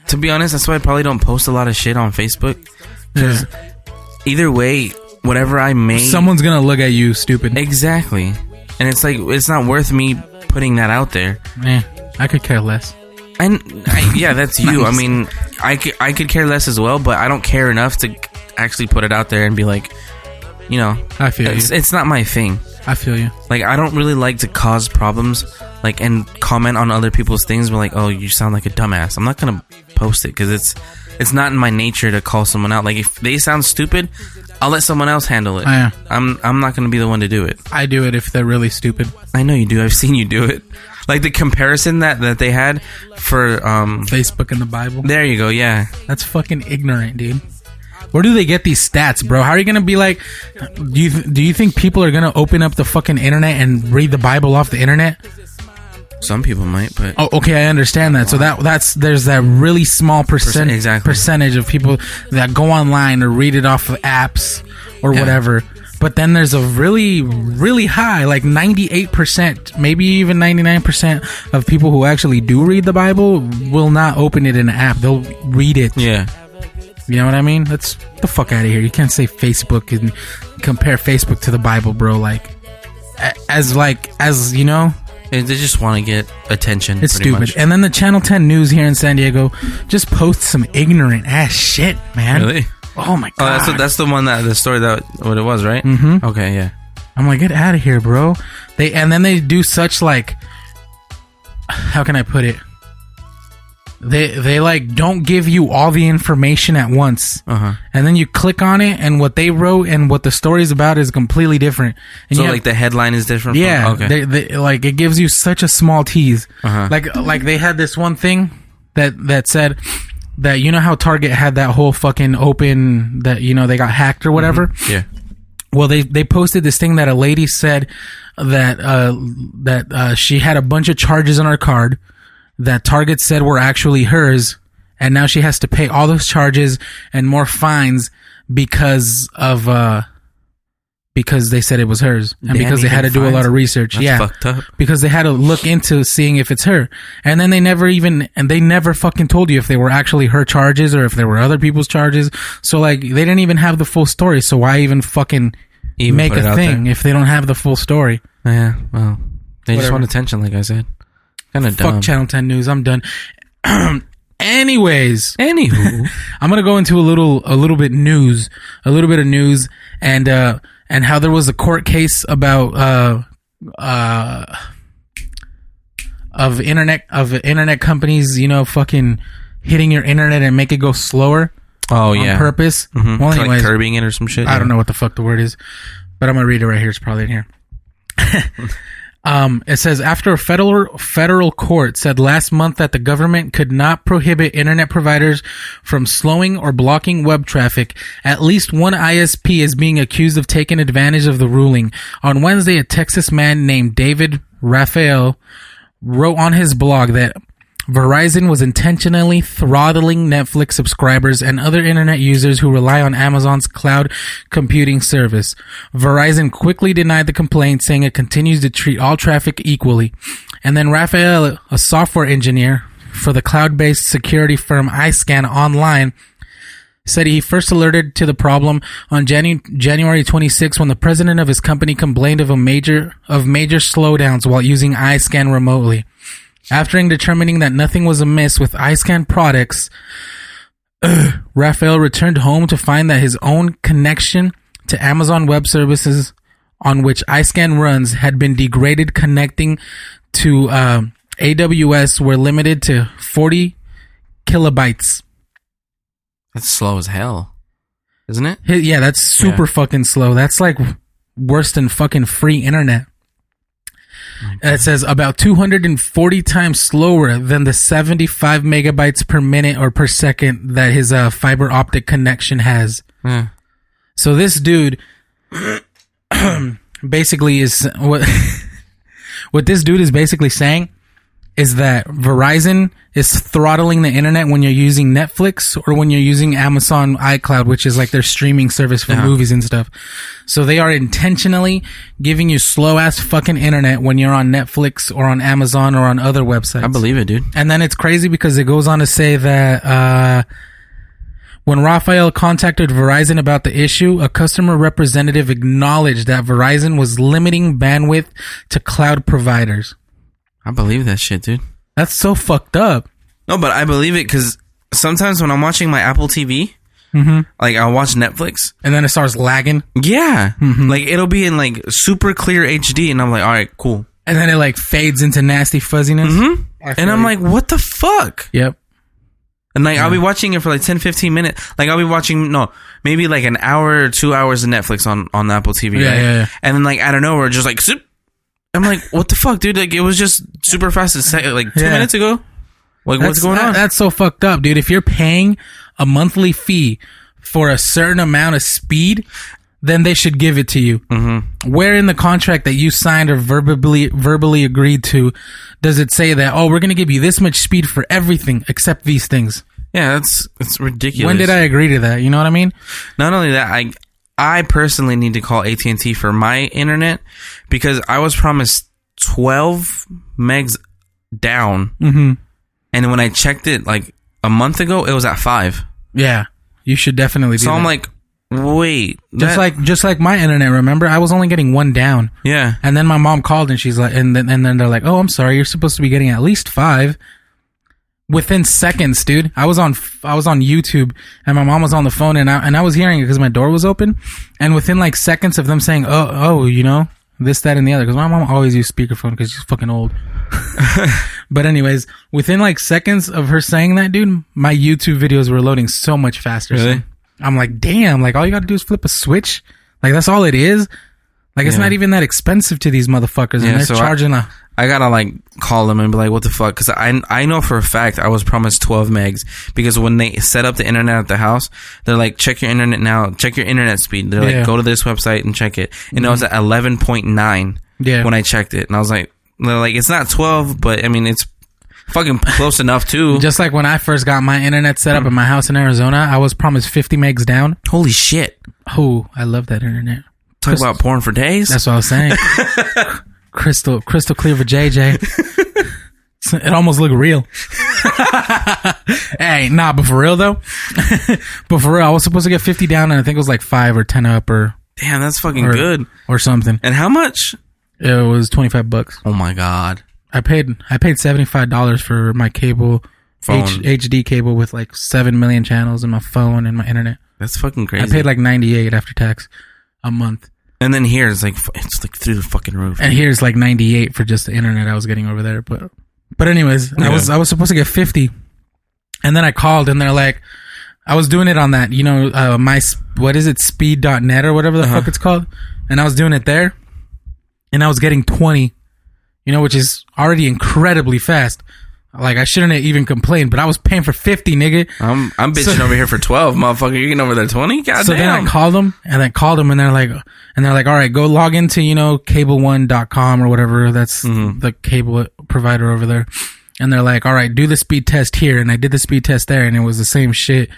C: To be honest, that's why I probably don't post a lot of shit on Facebook.
D: Because
C: Either way, whatever I may,
D: someone's gonna look at you stupid.
C: exactly, and it's like it's not worth me putting that out there.
D: Eh, I could care less.
C: And I, yeah, that's you.
D: Nice.
C: I mean, I could, I could care less as well, but I don't care enough to actually put it out there and be like, you know,
D: I feel
C: it's,
D: you.
C: it's not my thing.
D: I feel you.
C: Like, I don't really like to cause problems, like, and comment on other people's things. But like, oh, you sound like a dumbass. I'm not gonna post it because it's, it's not in my nature to call someone out. Like, if they sound stupid, I'll let someone else handle it.
D: I am.
C: I'm, I'm not gonna be the one to do it.
D: I do it if they're really stupid.
C: I know you do. I've seen you do it. Like the comparison that that they had for um.
D: Facebook and the Bible.
C: There you go. Yeah.
D: That's fucking ignorant, dude. Where do they get these stats, bro? How are you gonna be like? Do you do you think people are gonna open up the fucking internet and read the Bible off the internet?
C: Some people might, but
D: Oh, okay, I understand that. So that that's there's that really small percent
C: exactly.
D: percentage of people that go online or read it off of apps or
C: Yeah.
D: whatever. But then there's a really really high, like 98%, maybe even 99% of people who actually do read the Bible will not open it in an app. They'll read it.
C: yeah,
D: You know what I mean? That's the fuck out of here. You can't say Facebook and compare Facebook to the Bible, bro, like a- as like as, you know,
C: they they just want to get attention.
D: it's
C: pretty
D: stupid.
C: much.
D: And then the Channel 10 News here in San Diego just posts some ignorant ass shit, man.
C: Really?
D: Oh my
C: Oh,
D: god.
C: that's the, that's the one that the story that what it was, right? Mm-hmm. Okay, yeah.
D: I'm like, get out of here, bro. They and then they do such like, how can I put it? They they like don't give you all the information at once,
C: Uh-huh.
D: and then you click on it, and what they wrote and what the story's about is completely different. And
C: So
D: you have-
C: like the headline is different. from-
D: Yeah,
C: okay.
D: they, they, like it gives you such a small tease.
C: Uh-huh.
D: Like like they had this one thing that that said that you know how Target had that whole fucking open that you know they got hacked or whatever.
C: yeah.
D: Well, they they posted this thing that a lady said that uh that uh she had a bunch of charges on her card that Target said were actually hers and now she has to pay all those charges and more fines because of uh because they said it was hers and
C: Damn,
D: because they had to
C: even
D: do a lot
C: fines?
D: of research.
C: That's
D: yeah.
C: fucked up.
D: Because they had to look into seeing if it's her. And then they never even and they never fucking told you if they were actually her charges or if there were other people's charges. So like they didn't even have the full story, so why even fucking
C: Even
D: make
C: put it
D: a
C: out
D: thing
C: there.
D: if they don't have the full story?
C: Yeah. Well, they just
D: Whatever.
C: want attention, like I said. Kind of
D: Fuck
C: dumb.
D: Channel 10 News. I'm done. Anyways,
C: Anywho,
D: I'm gonna go into a little, a little bit news, a little bit of news, and uh, and how there was a court case about uh, uh, of internet of internet companies, you know, fucking hitting your internet and make it go slower
C: oh
D: on
C: yeah,
D: purpose.
C: Mhm.
D: Well,
C: Kinda like
D: anyways,
C: curbing it or some shit.
D: I don't know what the fuck the word is, but I'm gonna read it right here. It's probably in here. um, it says after a federal federal court said last month that the government could not prohibit internet providers from slowing or blocking web traffic. At least one ISP is being accused of taking advantage of the ruling. On Wednesday, a Texas man named David Raphael wrote on his blog that Verizon was intentionally throttling Netflix subscribers and other internet users who rely on Amazon's cloud computing service. Verizon quickly denied the complaint, saying it continues to treat all traffic equally. And then Rafael, a software engineer for the cloud-based security firm iScan Online, said he first alerted to the problem on Janu- January 26 when the president of his company complained of a major of major slowdowns while using iScan remotely. After determining that nothing was amiss with iScan products, uh, Raphael returned home to find that his own connection to Amazon Web Services, on which iScan runs, had been degraded, connecting to uh, AWS were limited to 40 kilobytes.
C: That's slow as hell, isn't it?
D: Hi- Yeah, that's super fucking slow. That's like worse than fucking free internet. It says about 240 times slower than the 75 megabytes per minute or per second that his uh, fiber optic connection has.
C: Yeah.
D: So this dude basically is what what this dude is basically saying is that Verizon is throttling the internet when you're using Netflix or when you're using Amazon iCloud, which is like their streaming service for movies and stuff. So they are intentionally giving you slow ass fucking internet when you're on Netflix or on Amazon or on other websites.
C: I believe it, dude.
D: And then it's crazy because it goes on to say that uh, when Raphael contacted Verizon about the issue, a customer representative acknowledged that Verizon was limiting bandwidth to cloud providers.
C: I believe that shit, dude.
D: That's so fucked up.
C: No, but I believe it because sometimes when I'm watching my Apple TV,
D: Mm-hmm.
C: like I watch Netflix.
D: And then it starts lagging,
C: Yeah,
D: Mm-hmm.
C: like it'll be in like super clear HD, and I'm like, all right, cool.
D: and then it like fades into nasty fuzziness. Mm-hmm.
C: And I'm like, what the fuck?
D: yep.
C: And like I'll be watching it for like 10, 15 minutes. Like I'll be watching no, maybe like an hour or two hours of Netflix on on Apple TV.
D: Yeah,
C: right?
D: yeah, yeah.
C: And then like I don't know, we're just like, zoop. I'm like, what the fuck, dude? Like it was just super fast, a sec- like two
D: Yeah.
C: minutes ago. Like what's
D: That's-
C: going
D: that-
C: on?
D: That's so fucked up, dude. If you're paying a monthly fee for a certain amount of speed, then they should give it to you. Mm-hmm. Where in the contract that you signed or verbally verbally agreed to does it say that? Oh, we're going to give you this much speed for everything except these things.
C: Yeah, that's it's ridiculous.
D: When did I agree to that? You know what I mean?
C: Not only that, I I personally need to call AT and T for my internet because I was promised twelve megs down, mm-hmm. and when I checked it like a month ago, it was at five.
D: Yeah, you should definitely. Do
C: So I'm
D: that.
C: like, wait,
D: just
C: that-
D: like just like my internet. Remember, I was only getting one down.
C: yeah,
D: And then my mom called and she's like, and then, and then they're like, oh, I'm sorry, you're supposed to be getting at least five. Within seconds, dude, I was on f- I was on YouTube and my mom was on the phone and I and I was hearing it because my door was open, and within like seconds of them saying, oh, oh, you know, this, that, and the other, because my mom always used speakerphone because she's fucking old. but anyways, within like seconds of her saying that, dude, my YouTube videos were loading so much faster.
C: Really?
D: I'm like, damn, like all you got to do is flip a switch. Like that's all it is. Like it's
C: Yeah.
D: not even that expensive to these motherfuckers,
C: Yeah,
D: and they're
C: so I-
D: charging a
C: I gotta like call them and be like, what the fuck? Because I I know for a fact I was promised twelve megs because when they set up the internet at the house, they're like, check your internet now, check your internet speed. They're
D: Yeah. Mm-hmm.
C: like, go to this website and check it, and it was at eleven point nine.
D: Yeah.
C: when I checked it, and I was like, they're like, it's not twelve, but I mean, it's fucking close enough too.
D: just like when I first got my internet set up in my house in Arizona, I was promised 50 megs down.
C: Holy shit!
D: Oh, I love that internet.
C: Talk about porn for days.
D: That's what I was saying. crystal, crystal clear for JJ. it almost looked real. hey, nah, but for real though, but for real, I was supposed to get 50 down, and I think it was like five or 10 up or
C: Damn, that's fucking
D: or,
C: good.
D: or something.
C: And how much?
D: It was 25 bucks.
C: Oh my god.
D: I paid I paid seventy five dollars for my cable,
C: Phone.
D: H- HD cable with like seven million channels and my phone and my internet.
C: That's fucking crazy.
D: I paid like ninety eight after tax a month,
C: and then here it's like f- it's like through the fucking roof.
D: and here's like ninety eight for just the internet I was getting over there. But but anyways, I
C: Yeah.
D: was I was supposed to get fifty, and then I called and they're like, I was doing it on that you know uh, my s- what is it speed.net or whatever the fuck it's called, and I was doing it there, and I was getting twenty, you know, which is already incredibly fast. Like I shouldn't have even complained, but I was paying for fifty, nigga.
C: I'm I'm bitching
D: So-
C: over here for twelve, motherfucker. You're getting over there twenty. God
D: so
C: damn.
D: then I called them and I called them and they're like, and they're like, all right, go log into, you know, cable1.com or whatever. That's
C: Mm-hmm.
D: the cable provider over there. And they're like, all right, do the speed test here. And I did the speed test there and it was the same shit.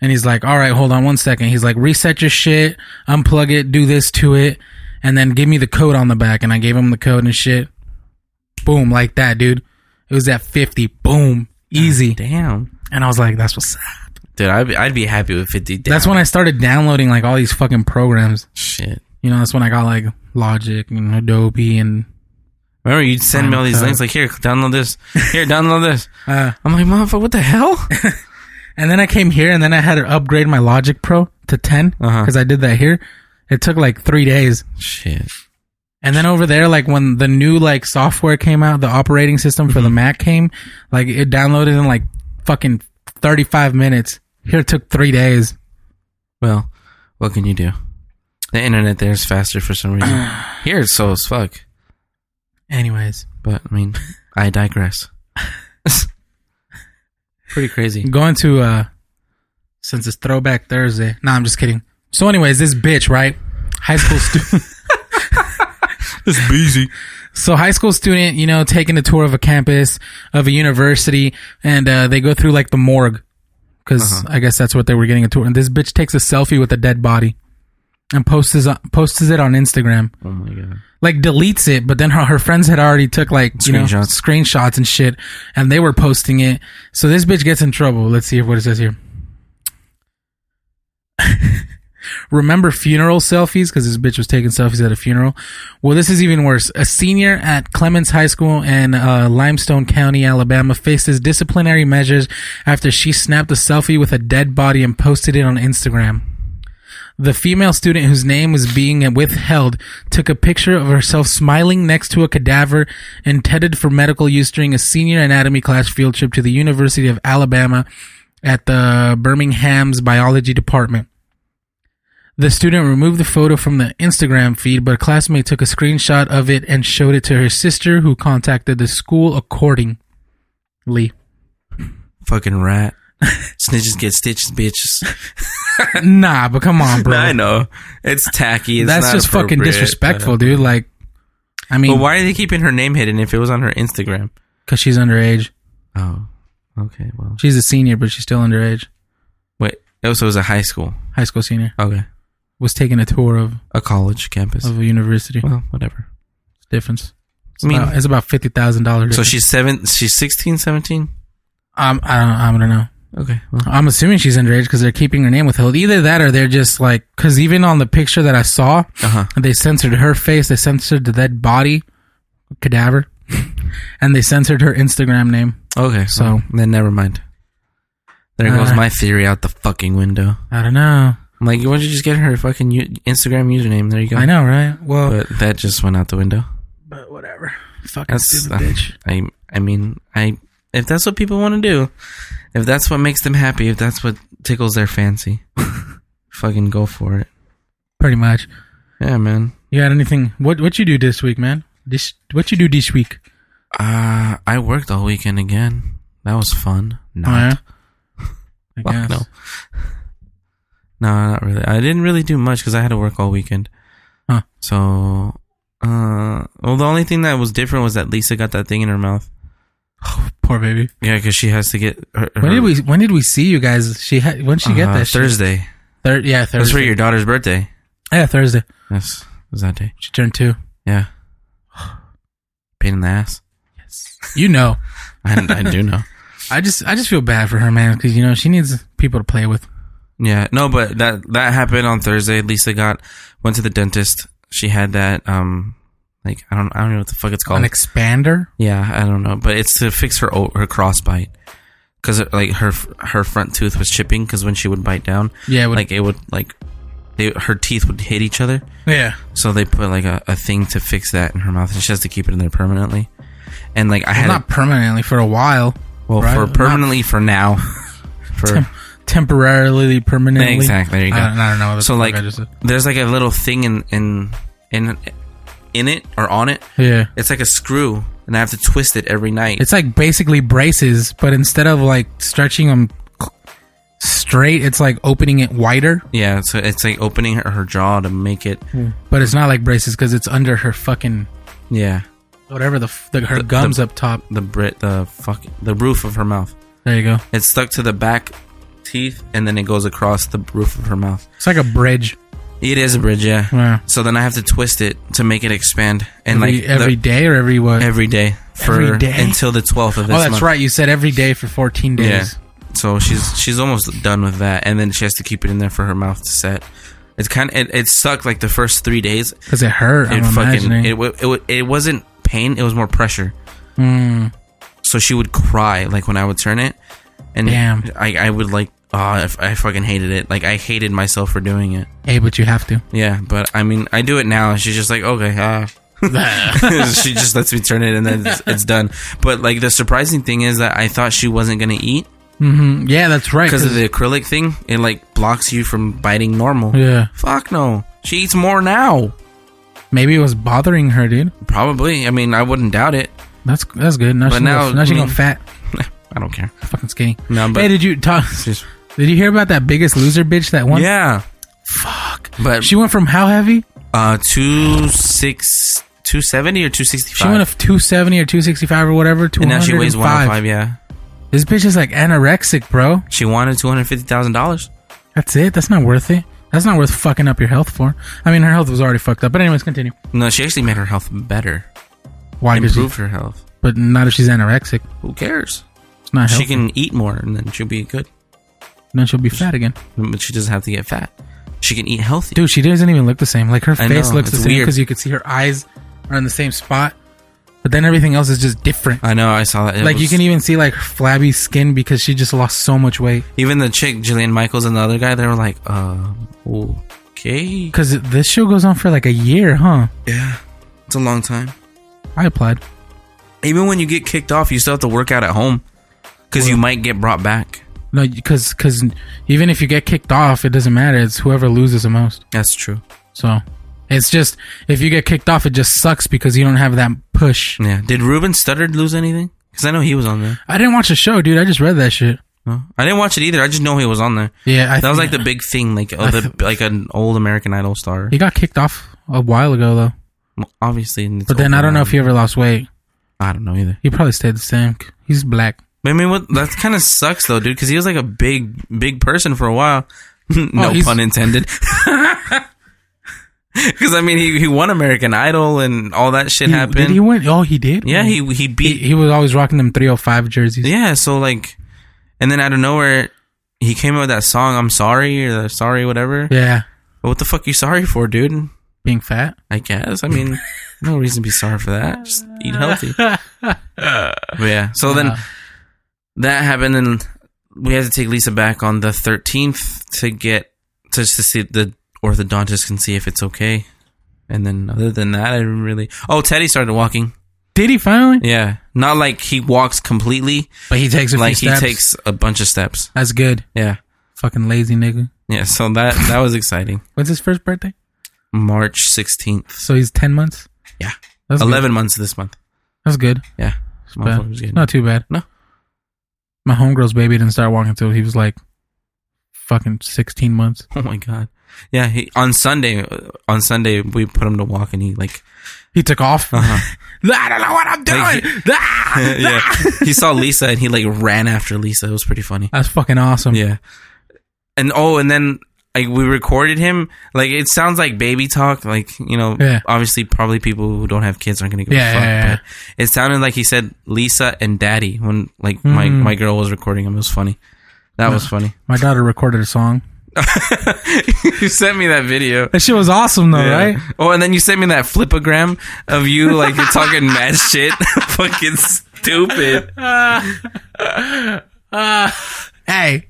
D: And he's like, all right, hold on one second. He's like, reset your shit, unplug it, do this to it, and then give me the code on the back. And I gave him the code and shit. Boom, like that, dude. It was at 50. Boom. Easy.
C: damn,
D: And I was like, that's what's up.
C: dude, I'd be, I'd be happy with fifty. Down.
D: That's when I started downloading like all these fucking programs.
C: shit.
D: You know, that's when I got like Logic and Adobe and
C: Remember, you'd send me all these
D: Final
C: links like, here, download this. Here, download this.
D: Uh.
C: I'm like, motherfucker, what the hell?
D: and then I came here and then I had to upgrade my Logic Pro to 10
C: Uh-huh.
D: because I did that here. It took like 3 days.
C: shit.
D: And then over there like when the new like software came out, the operating system for the Mac came, like it downloaded in like fucking 35 minutes. Here it took 3 days.
C: Well, what can you do? The internet there is faster for some reason. here, it's slow as fuck.
D: Anyways,
C: But I mean, I digress. Pretty crazy.
D: going to uh since it's throwback Thursday. Nah, I'm just kidding. So anyways, this bitch, right? High school student
C: It's busy.
D: So high school student, you know, taking a tour of a campus of a university, and uh, they go through like the morgue because I guess that's what they were getting a tour. And this bitch takes a selfie with a dead body and posts it, posts it on Instagram.
C: Oh my god.
D: Like deletes it, but then her, her friends had already took like you know
C: Screenshots.
D: screenshots and shit, and they were posting it. So this bitch gets in trouble. Let's see what it says here. remember funeral selfies because this bitch was taking selfies at a funeral. Well, this is even worse. A senior at Clemens High School in uh, Limestone County, Alabama, faces disciplinary measures after she snapped a selfie with a dead body and posted it on Instagram. The female student whose name was being withheld took a picture of herself smiling next to a cadaver intended for medical use during a senior anatomy class field trip to the University of Alabama at the Birmingham's biology department. The student removed the photo from the Instagram feed, but a classmate took a screenshot of it and showed it to her sister, who contacted the school accordingly.
C: Fucking rat. Snitches get stitches, bitches.
D: nah, but come on, bro.
C: I know it's tacky. It's
D: That's
C: not
D: just fucking
C: appropriate.
D: disrespectful, dude. Like, I
C: But
D: mean,
C: why are they keeping her name hidden if it was on her Instagram?
D: because she's underage.
C: Oh, okay. Well,
D: She's a senior, but she's still underage.
C: wait. Oh, so it was a high school.
D: High school senior
C: Okay,
D: was taking a tour of
C: a college campus.
D: of a university.
C: Well, whatever.
D: difference. It's
C: I mean-
D: about, it's about fifty thousand dollars.
C: So she's seven. She's 16, 17?
D: I'm, I don't, I don't know.
C: Okay. Well,
D: I'm assuming she's underage because they're keeping her name withheld. Either that, or they're just like, because even on the picture that I saw,
C: Uh-huh.
D: they censored her face, they censored the dead body, cadaver, and they censored her Instagram name.
C: okay.
D: So-
C: well, then never mind. There goes
D: Uh.
C: my theory out the fucking window.
D: I don't know.
C: I'm like, why don't you just get her fucking u- Instagram username? There you go.
D: I know, right? Well, but,
C: But that just went out the window.
D: whatever. Fucking
C: That's uh,
D: stupid bitch.
C: I I mean I if that's what people want to do, if that's what makes them happy, if that's what tickles their fancy, fucking go for it.
D: Pretty much.
C: Yeah, man.
D: You had anything? What What you do this week, man? This What you do this week?
C: Uh I worked all weekend again. That was fun.
D: Oh,
C: Not.
D: I
C: Fuck
D: guess.
C: no. No, not really. I didn't really do much because I had to work all weekend.
D: Huh.
C: So, uh, well, the only thing that was different was that Lisa got that thing in her mouth.
D: Poor baby.
C: Yeah, because she has to get. Her,
D: When
C: her-
D: did we When did we see you guys? She had. When did she get
C: uh,
D: that? shit?
C: Thursday.
D: Thir- yeah, Thursday.
C: That's for your daughter's birthday.
D: Yeah, Thursday.
C: Yes, it was that day.
D: She turned two.
C: Yeah. Pain in the ass.
D: You know,
C: I, I do know.
D: I just I just feel bad for her, man, because you know she needs people to play with.
C: Yeah. No, but that that happened on Thursday. Lisa got went to the dentist. She had that um like I don't I don't know what the fuck it's called.
D: An expander.
C: yeah, I don't know, but it's to fix her o- her crossbite. Cuz like her f- her front tooth was chipping cuz when she would bite down,
D: Yeah, it would-
C: like it would like they, her teeth would hit each other.
D: Yeah.
C: So they put like a, a thing to fix that in her mouth and she has to keep it in there permanently. And like I had
D: not permanently for a while.
C: Well,
D: Right?
C: for
D: Not-
C: permanently, for now, for
D: Temporarily, permanently.
C: exactly. There you go.
D: I, don't, I don't know. what the
C: So
D: fuck
C: like,
D: I just said.
C: there's like a little thing in in in in it or on it.
D: yeah,
C: It's like a screw, and I have to twist it every night.
D: it's like basically braces, but instead of like stretching them straight, it's like opening it wider.
C: yeah, so it's like opening her, her jaw to make it.
D: But it's not like braces because it's under her fucking
C: Yeah,
D: whatever the, f- the her
C: The- the-
D: gums up top.
C: the brit the fuck the roof of her mouth.
D: There you go.
C: It's stuck to the back teeth, and then it goes across the roof of her mouth.
D: It's like a bridge.
C: It is a bridge, yeah.
D: Wow.
C: So then I have to twist it to make it expand, and
D: Every,
C: like the-
D: every day or every what?
C: every day for
D: Every day?
C: until the twelfth of this
D: oh, that's
C: month.
D: right. You said every day for 14 days.
C: Yeah. So she's she's almost done with that, and then she has to keep it in there for her mouth to set. It's kind of it, it sucked like the first three days.
D: Because it hurt.
C: It
D: I'm
C: fucking
D: imagining.
C: it, wa- it wa- it wasn't pain. It was more pressure.
D: Hmm.
C: So she would cry like when I would turn it, and
D: Damn.
C: I I would like ah I, I fucking hated it. Like I hated myself for doing it.
D: hey, but you have to.
C: Yeah, but I mean I do it now. and She's just like okay ah. she just lets me turn it and then it's, it's done. But like the surprising thing is that I thought she wasn't gonna eat
D: Mm, Yeah, that's right.
C: because of
D: 'cause-
C: the acrylic thing, it like blocks you from biting normal.
D: Yeah.
C: Fuck no. She eats more now.
D: Maybe it was bothering her, dude.
C: Probably. I mean, I wouldn't doubt it.
D: That's that's good. Now
C: But
D: she's
C: now-
D: now, now she
C: I mean-
D: got fat,
C: I don't care.
D: fucking skinny.
C: No, but
D: hey, did you talk?
C: Just-
D: Did you hear about that Biggest Loser bitch? That one.
C: yeah. Fuck. But
D: She went from how heavy?
C: uh, two six two seventy or two sixty
D: She went
C: five.
D: of 270 or 265 or whatever to oh
C: And now she weighs one hundred five. Yeah.
D: This bitch is like anorexic, bro.
C: She wanted two hundred fifty thousand dollars.
D: That's it. That's not worth it. That's not worth fucking up your health for. I mean, her health was already fucked up. But anyways, continue.
C: No, she actually made her health better.
D: Why? 'Cause she-
C: Improved her health.
D: But not if she's anorexic.
C: Who cares?
D: It's not healthy.
C: She can eat more, and then she'll be good.
D: then she'll be fat again.
C: But she doesn't have to get fat. She can eat healthy.
D: Dude, she doesn't even look the same. Like her
C: I
D: face
C: know,
D: looks the
C: it's
D: same
C: weird.
D: because you could see her eyes are in the same spot, but then everything else is just different.
C: I know. I saw that. It
D: like you
C: was-
D: can even see like her flabby skin because she just lost so much weight.
C: Even the chick, Jillian Michaels, and the other guy, they were like, uh, okay.
D: Because this show goes on for like a year, huh?
C: Yeah. It's a long time.
D: I applied.
C: Even when you get kicked off, you still have to work out at home because you might get brought back.
D: No, because because even if you get kicked off, it doesn't matter. It's whoever loses the most.
C: That's true.
D: So it's just if you get kicked off, it just sucks because you don't have that push.
C: Yeah. Did Ruben Studdard lose anything? Because I know he was on there.
D: I didn't watch the show, dude. I just read that shit.
C: No, I didn't watch it either. I just know he was on there.
D: Yeah, I
C: that was
D: think-
C: like the big thing, like oh, the, like an old American Idol star.
D: He got kicked off a while ago though.
C: Well, Obviously, and it's
D: But then I don't know if
C: overrun.
D: he ever lost weight.
C: I don't know either.
D: He probably stayed the same. He's black.
C: But I mean, what that kind of sucks though, dude, because he was like a big, big person for a while. no
D: Oh, he's-
C: pun intended. Because I mean, he, he won American Idol and all that shit
D: He-
C: happened.
D: Did he win? Oh, he did.
C: yeah,
D: win.
C: he he
D: he
C: beat.
D: he was always rocking them 305 jerseys.
C: yeah, so like, and then out of nowhere, he came up with that song "I'm Sorry" or the "Sorry" whatever.
D: Yeah,
C: But what the fuck you sorry for, dude?
D: being fat.
C: I guess. I mean, no reason to be sorry for that. Just eat healthy. but yeah. So then
D: Uh-huh.
C: that happened, and we had to take Lisa back on the 13th to get to to see the orthodontist can see if it's okay. And then other than that, I didn't really. Oh, Teddy started walking.
D: Did he finally?
C: Yeah, not like he walks completely.
D: But he takes a few
C: Like he
D: steps.
C: takes a bunch of steps.
D: That's good.
C: Yeah,
D: Fucking lazy nigga.
C: yeah. So that that was exciting.
D: When's his first birthday?
C: March 16th.
D: So he's 10 months.
C: Yeah,
D: That's good.
C: 11 months this month.
D: That's good.
C: Yeah,
D: Bad.
C: Motherfucker's getting-
D: Not too bad.
C: No.
D: My homegirl's baby didn't start walking until he was like fucking 16 months.
C: Oh my god. Yeah, he, on Sunday, uh, on Sunday we put him to walk, and he like,
D: He took off. I don't know what I'm
C: Like,
D: doing. Ah!
C: yeah, he saw Lisa, and he like ran after Lisa. It was pretty funny.
D: That's fucking awesome.
C: Yeah, and oh, and then like we recorded him. Like it sounds like baby talk. Like you know,
D: Yeah.
C: obviously probably people who don't have kids aren't gonna give
D: Yeah,
C: a fuck.
D: yeah, yeah.
C: But it sounded like he said Lisa and Daddy when like my
D: Mm.
C: my girl was recording him. It was funny. That was funny.
D: My daughter recorded a song.
C: you sent me that video.
D: That shit was awesome though,
C: Yeah.
D: right?
C: Oh, and then you sent me that flipogram of you like you're talking mad shit, fucking stupid.
D: Uh, Hey,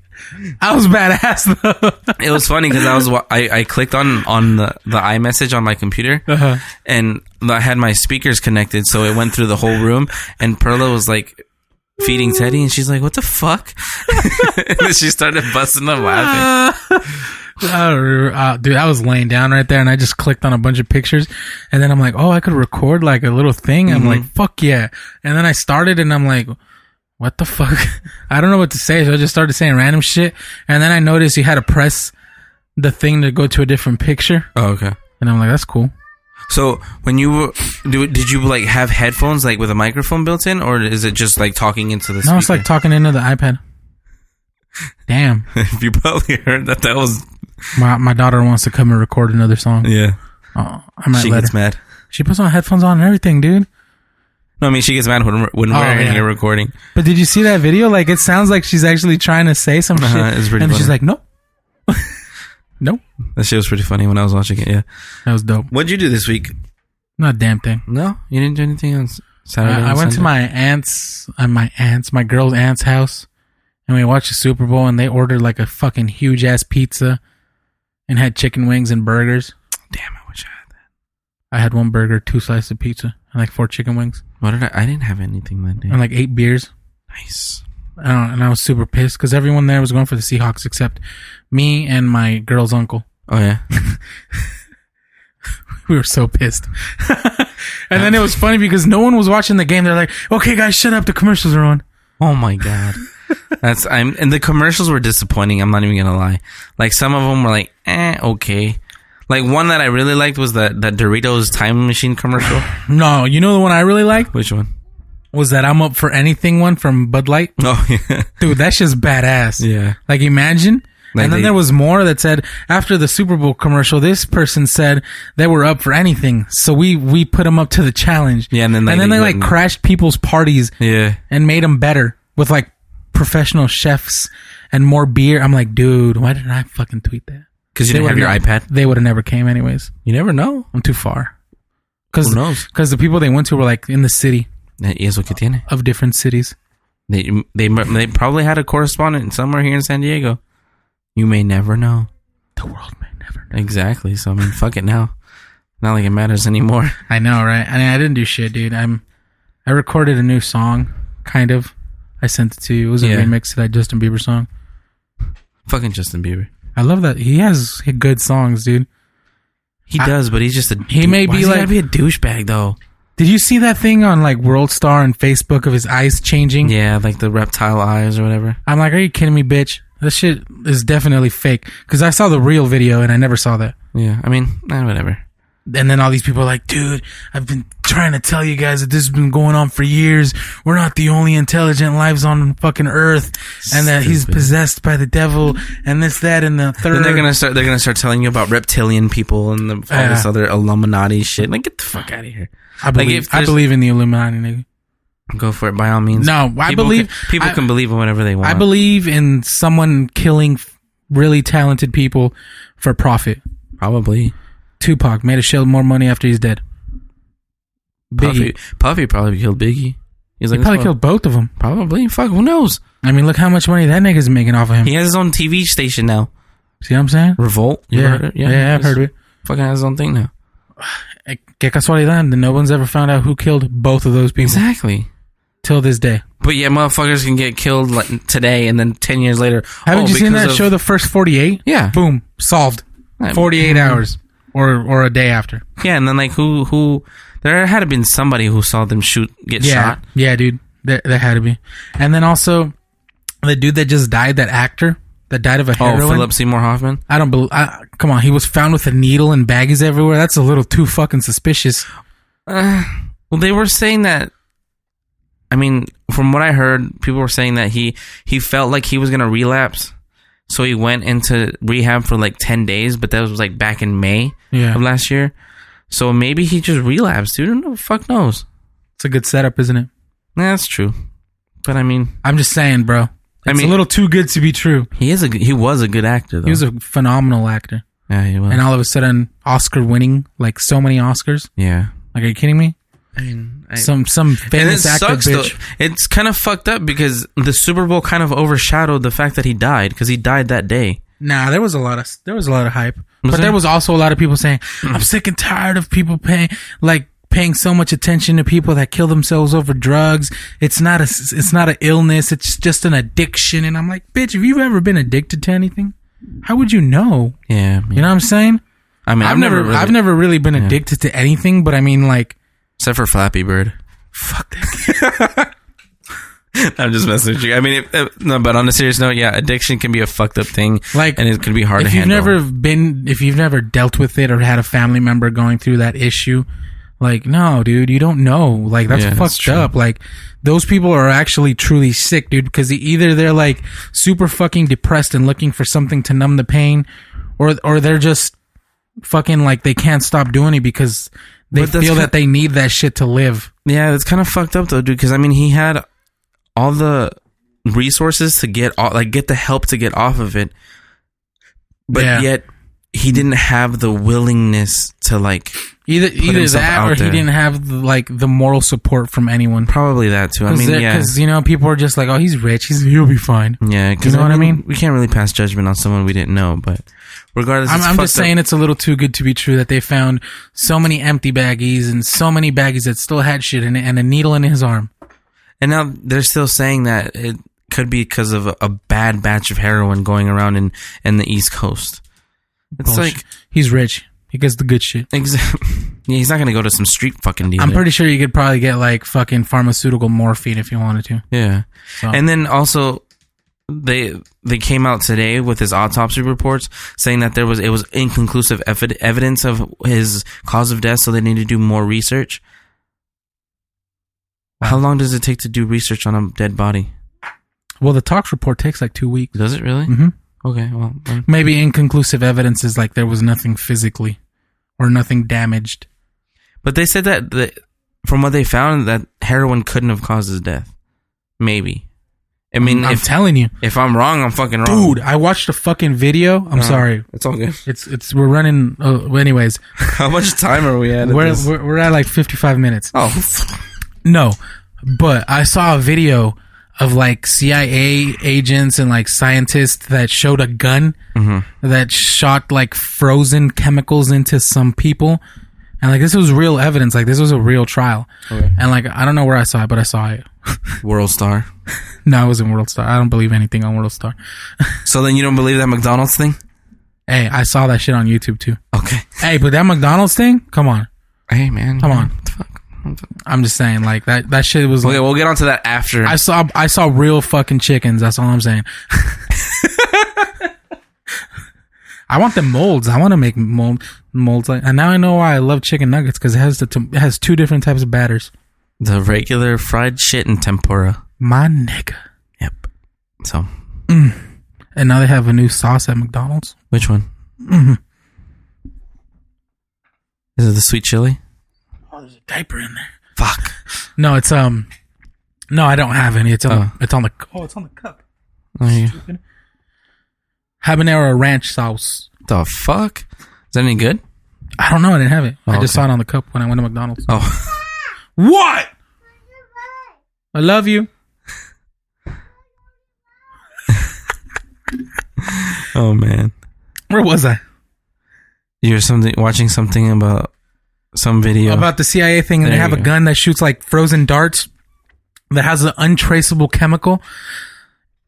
D: I was badass though.
C: It was funny because I was wa- I, I clicked on on the the iMessage on my computer,
D: Uh-huh.
C: and I had my speakers connected, so it went through the whole room. And Perla was like feeding Teddy, and she's like, "What the fuck?" and then she started busting up laughing.
D: Uh, uh, dude, I was laying down right there and I just clicked on a bunch of pictures. And then I'm like, oh, I could record like a little thing.
C: Mm-hmm.
D: I'm like, fuck yeah. And then I started and I'm like, what the fuck? I don't know what to say. So I just started saying random shit. And then I noticed you had to press the thing to go to a different picture.
C: Oh, okay.
D: And I'm like, that's cool.
C: So when you were, do, did you like have headphones like with a microphone built in, or is it just like talking into the?
D: Now it's
C: speaker?
D: like talking into the iPad. Damn.
C: if you probably heard that, that was
D: My, my daughter wants to come and record another song.
C: yeah.
D: Oh, I might
C: She
D: let
C: gets
D: her.
C: mad.
D: She puts on headphones on and everything, dude.
C: No, I mean she gets mad when when
D: Oh,
C: we're in
D: yeah.
C: here recording.
D: But did you see that video? Like, it sounds like she's actually trying to say some
C: Uh-huh,
D: shit.
C: it's pretty
D: and
C: funny.
D: she's like, no. no.
C: That shit was pretty funny when I was watching it. Yeah.
D: That was dope.
C: What'd you do this week?
D: Not a damn thing.
C: No, you didn't do anything on S- Saturday.
D: I, I went to my aunt's, uh, my aunt's, my girl's aunt's house, and we watched the Super Bowl, and they ordered like a fucking huge ass pizza and had chicken wings and burgers.
C: Damn, I wish I had that.
D: I had one burger, two slices of pizza, and like four chicken wings,
C: What did I? I didn't have anything that day.
D: and like eight beers.
C: nice.
D: I don't, and I was super pissed because everyone there was going for the Seahawks except me and my girl's uncle.
C: Oh yeah.
D: We were so pissed. and then it was funny because no one was watching the game. They're like, okay, guys, shut up. The commercials are on.
C: Oh my god. That's I'm and the commercials were disappointing. I'm not even gonna lie. Like some of them were like, eh, okay. Like one that I really liked was that that Doritos time machine commercial.
D: No, you know the one I really liked
C: Which one?
D: was that I'm up for anything one from Bud Light.
C: Oh yeah,
D: Dude, that's just badass.
C: yeah.
D: Like, imagine.
C: Like
D: and then
C: they-
D: there was more that said after the Super Bowl commercial, this person said they were up for anything, so we we put them up to the challenge.
C: Yeah, and then, like,
D: and then
C: they
D: they like
C: wouldn't-
D: crashed people's parties
C: Yeah.
D: and made them better with like professional chefs and more beer. I'm like, dude, why didn't I fucking tweet that?
C: Because you didn't have your
D: would've never-
C: iPad.
D: They would have never came anyways.
C: You never know.
D: I'm too far. Because
C: Who knows?
D: Because the people they went to were like in the city
C: That is what you tiene.
D: of different cities.
C: They, they they probably had a correspondent somewhere here in San Diego. You may never know.
D: The world may never. know.
C: Exactly. So I mean, fuck it now. Not like it matters anymore.
D: I know, right? I mean, I didn't do shit, dude. I'm. I recorded a new song, kind of. I sent it to you. It was a
C: Yeah.
D: remix to that Justin Bieber song.
C: Fucking Justin Bieber.
D: I love that he has good songs, dude.
C: He
D: I-
C: does, but he's just a.
D: He may
C: why
D: be
C: does
D: like-
C: gotta be a douchebag though.
D: Did you see that thing on like World Star and Facebook of his eyes changing?
C: Yeah, like the reptile eyes or whatever.
D: I'm like, are you kidding me, bitch? This shit is definitely fake. Because I saw the real video and I never saw that.
C: Yeah, I mean, eh, whatever.
D: And then all these people are like, dude, I've been trying to tell you guys that this has been going on for years. We're not the only intelligent lives on fucking Earth, and that he's possessed by the devil, and this, that, and the third.
C: Then they're gonna start. They're gonna start telling you about reptilian people and the, all this
D: Yeah.
C: other Illuminati shit. Like, get the fuck out of here.
D: I believe.
C: if
D: I
C: there's-
D: believe in the Illuminati. Nigga.
C: Go for it by all means.
D: No, I
C: People
D: believe-
C: can- people
D: I-
C: can believe in whatever they want.
D: I believe in someone killing f- really talented people for profit.
C: probably.
D: Tupac made a shit more money after he's dead.
C: Puffy,
D: Biggie.
C: Puffy probably killed Biggie. He's
D: He
C: like,
D: probably
C: "This
D: killed both of them.
C: one- Probably. Fuck. Who knows?
D: I mean, look how much money that nigga's making off of him.
C: He has his own TV station now.
D: See what I'm saying?
C: Revolt. You
D: Yeah.
C: heard it?
D: Yeah, I've heard of it.
C: Fucking has his own thing now.
D: Eh, Que casualidad, no one's ever found out who killed both of those people
C: Exactly.
D: till this day.
C: But yeah, motherfuckers can get killed like today, and then ten years later.
D: Haven't
C: oh,
D: you seen
C: because
D: that
C: of-
D: show, The First 48?
C: Yeah. Mm-hmm.
D: Boom. Solved.
C: Right.
D: 48 hours or or a day after.
C: Yeah, and then like who who there had to been somebody who saw them shoot get
D: Yeah.
C: shot.
D: Yeah, dude. That, that had to be. And then also, the dude that just died, that actor that died of a
C: Oh,
D: heroin.
C: Philip Seymour Hoffman.
D: I don't believe. I, come on, he was found with a needle and baggies everywhere. That's a little too fucking suspicious.
C: Well, they were saying that. I mean, from what I heard, people were saying that he he felt like he was gonna relapse, so he went into rehab for like ten days. But that was like back in May
D: Yeah.
C: of last year. So maybe he just relapsed, dude. Who the fuck knows?
D: It's a good setup, isn't it?
C: Nah, that's true. But I mean,
D: I'm just saying, bro. It's
C: I
D: a
C: mean-
D: little too good to be true.
C: he is a g- he was a good actor though.
D: He was a phenomenal actor,
C: yeah, he was.
D: and uh, all of a sudden, Oscar winning like so many Oscars.
C: yeah.
D: Like, are you kidding me?
C: I mean, I-
D: Some some famous actor bitch.
C: Though. It's kind of fucked up because the Super Bowl kind of overshadowed the fact that he died because he died that day.
D: Nah, there was a lot of there was a lot of hype, but
C: there?
D: there was also a lot of people saying, "I'm sick and tired of people paying like paying so much attention to people that kill themselves over drugs. It's not a it's not an illness. It's just an addiction." And I'm like, "Bitch, have you ever been addicted to anything? How would you know?
C: Yeah,
D: You know what I'm saying?
C: I mean,
D: I've, never,
C: really-
D: I've never really been addicted to anything, but I mean, like,
C: except for Flappy Bird. Fuck that. I'm just messing with you. I mean, if, if, no, but on a serious note, yeah, addiction can be a fucked up thing,
D: Like,
C: and it can be hard
D: if
C: to
D: you've
C: handle.
D: never been if you've never dealt with it or had a family member going through that issue like no dude you don't know like that's
C: Yeah,
D: fucked
C: that's true.
D: up like those people are actually truly sick dude because either they're like super fucking depressed and looking for something to numb the pain or or they're just fucking like they can't stop doing it because they
C: But that's
D: feel
C: ki-
D: that they need that shit to live
C: yeah, that's kind of fucked up though, dude. Because I mean, he had all the resources to get all, like get the help to get off of it, but
D: Yeah.
C: yet he didn't have the willingness to like
D: either either
C: himself
D: that
C: out
D: or
C: there.
D: he didn't have like the moral support from anyone
C: Probably that too. I
D: because
C: mean, yeah,
D: you know people are just like oh he's rich he's he'll be fine
C: yeah. Because
D: You know what I mean?
C: We can't really pass judgment on someone we didn't know, but regardless,
D: I'm,
C: it's
D: I'm
C: fucked
D: just
C: up.
D: saying it's a little too good to be true that they found so many empty baggies and so many baggies that still had shit in it and a needle in his arm.
C: And now they're still saying that it could be because of a, a bad batch of heroin going around in in the East Coast. It's
D: Bullshit.
C: like
D: he's rich. He gets the good shit.
C: exact. yeah, he's not gonna go to some street fucking dealer.
D: I'm pretty sure you could probably get like fucking pharmaceutical morphine if you wanted to.
C: Yeah.
D: So-
C: And then also they they came out today with his autopsy reports saying that there was it was inconclusive evi- evidence of his cause of death so they need to do more research. How long does it take to do research on a dead body?
D: Well, the tox report takes like two weeks.
C: Does it really?
D: Mhm.
C: Okay, well, then-
D: Maybe inconclusive evidence is like there was nothing physically or nothing damaged.
C: but they said that the, from what they found that heroin couldn't have caused his death. Maybe. I mean,
D: I'm
C: if
D: telling you,
C: if I'm wrong, I'm fucking wrong. Uh-huh.
D: dude. I watched a fucking video. I'm sorry.
C: it's all good.
D: It's it's we're running. Uh, anyways,
C: How much time are we at?
D: we're, we're we're at like 55 minutes.
C: oh,
D: No, but I saw a video of like CIA agents and like scientists that showed a gun that shot like frozen chemicals into some people. And like this was real evidence. Like this was a real trial. And like I don't know where I saw it, but I saw it.
C: world star.
D: No, I was in World Star. I don't believe anything on World Star.
C: So then you don't believe that McDonald's thing?
D: Hey, I saw that shit on YouTube too.
C: Okay.
D: Hey, but that McDonald's thing? Come on.
C: Hey man,
D: Come on.
C: What the fuck?
D: I'm just saying, like that that shit was.
C: Okay,
D: Like,
C: we'll get onto that after.
D: I saw I saw real fucking chickens. That's all I'm saying. I want the molds. I want to make mold molds. Like, and now I know why I love chicken nuggets because it has the tom- it has two different types of batters.
C: the regular fried shit and tempura.
D: My nigga.
C: Yep. So,
D: And now they have a new sauce at McDonald's.
C: which one? Is it the sweet chili?
D: Diaper in there.
C: Fuck.
D: No, it's um. No, I don't have any. It's on.
C: Oh.
D: It's on the. Oh, it's on the cup.
C: Oh, yeah.
D: Habanero ranch sauce.
C: The fuck? Is that any good?
D: I don't know. I didn't have it. I
C: Oh,
D: just
C: okay.
D: saw it on the cup when I went to McDonald's.
C: Oh,
D: What? I love you.
C: oh man.
D: Where was I?
C: You're something watching something about some video.
D: About the CIA thing, and they
C: There
D: have
C: you
D: a
C: go.
D: gun that shoots like frozen darts that has an untraceable chemical,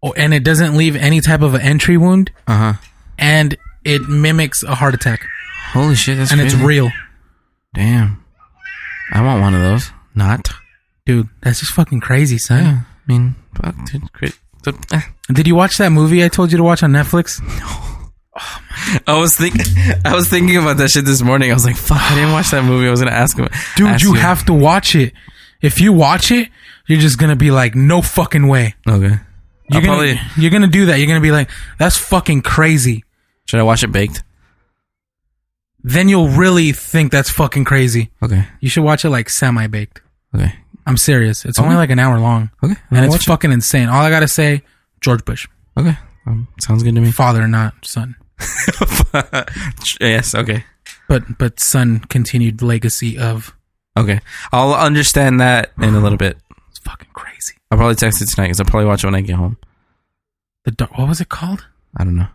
D: or- and it doesn't leave any type of an entry wound,
C: uh huh.
D: and it mimics a heart attack,
C: Holy shit, that's
D: and it's
C: crazy.
D: real,
C: Damn. I want one of those. Not.
D: dude. That's just fucking crazy, son.
C: Yeah. I mean, fuck, dude. Great. So, eh.
D: Did you watch that movie I told you to watch on Netflix?
C: I was thinking. I was thinking about that shit this morning. I was like, "Fuck!" I didn't watch that movie. I was gonna ask him.
D: Dude,
C: ask
D: you have to watch it. If you watch it, you're just gonna be like, no fucking way.
C: Okay.
D: You're
C: I'll
D: gonna,
C: probably
D: you're gonna do that. You're gonna be like, that's fucking crazy.
C: should I watch it baked?
D: Then you'll really think that's fucking crazy.
C: Okay.
D: You should watch it like semi baked.
C: Okay.
D: I'm serious. It's only
C: Okay.
D: like an hour long.
C: Okay.
D: And
C: I'll
D: it's
C: watch it.
D: fucking insane. All I gotta say, George Bush.
C: okay. Um, sounds good to me.
D: Father, not son.
C: yes. Okay.
D: But but son continued legacy of
C: Okay. I'll understand that in a little bit.
D: it's fucking crazy.
C: I'll probably text it tonight because I'll probably watch it when I get home.
D: The dark, what was it called?
C: I don't know.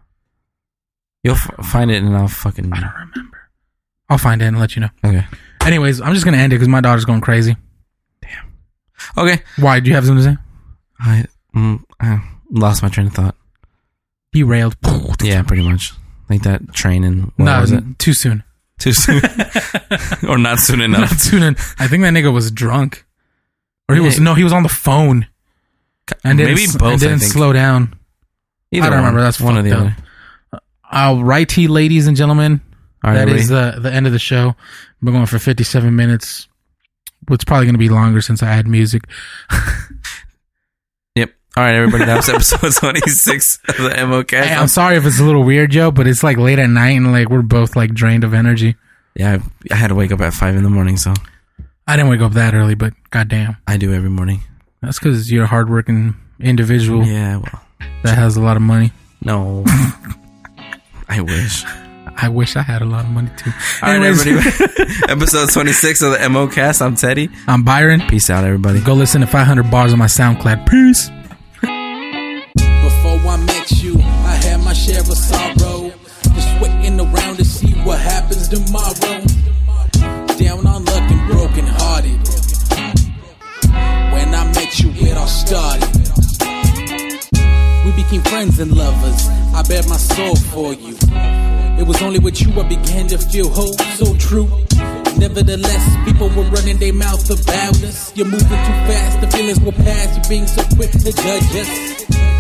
C: You'll f- find it and I'll fucking.
D: I don't remember. I'll find it and let you know.
C: Okay.
D: Anyways, I'm just gonna end it because my daughter's going crazy.
C: Okay.
D: Why? Do you have something to say?
C: I, mm, I lost my train of thought.
D: Derailed.
C: Yeah, pretty much. Like that train and what
D: no,
C: was it?
D: too soon.
C: Too soon. or not soon
D: Not
C: enough.
D: soon. in- I think that nigga was drunk, or he was
C: Oh. Yeah.
D: no, he was on the phone and didn't,
C: Maybe
D: s-
C: both,
D: And
C: I
D: didn't
C: think.
D: slow down.
C: Either
D: I don't
C: one.
D: remember. That's
C: one or the
D: fucked up.
C: other.
D: All righty, ladies and gentlemen,
C: All right,
D: that is
C: everybody.
D: the the end of the show. We're going for 57 minutes. It's probably going to be longer since I had music.
C: Yep. All right, everybody. That was episode 26 of the MOCast.
D: Hey, I'm sorry if it's a little weird, Joe, but it's like late at night and like we're both like drained of energy.
C: yeah, I, I had to wake up at 5 in the morning, so
D: I didn't wake up that early, but goddamn,
C: I do every morning.
D: that's because you're a hardworking individual
C: Yeah, well.
D: that has a lot of money.
C: No. I wish.
D: I wish I had a lot of money too.
C: All right,
D: Anyways,
C: everybody. episode 26 of the MOCast. I'm Teddy.
D: I'm Byron.
C: Peace out, everybody.
D: Go listen to 500 bars on my SoundCloud. Peace.
E: Before I met you, I had my share of sorrow. Just waiting around to see what happens tomorrow. Down on luck and broken hearted. When I met you, it all started. We became friends and lovers. I bet my soul for you. It was only with you I began to feel hope so true. Nevertheless, people were running their mouth about us. You're moving too fast, the feelings will pass. You're being so quick to judge us.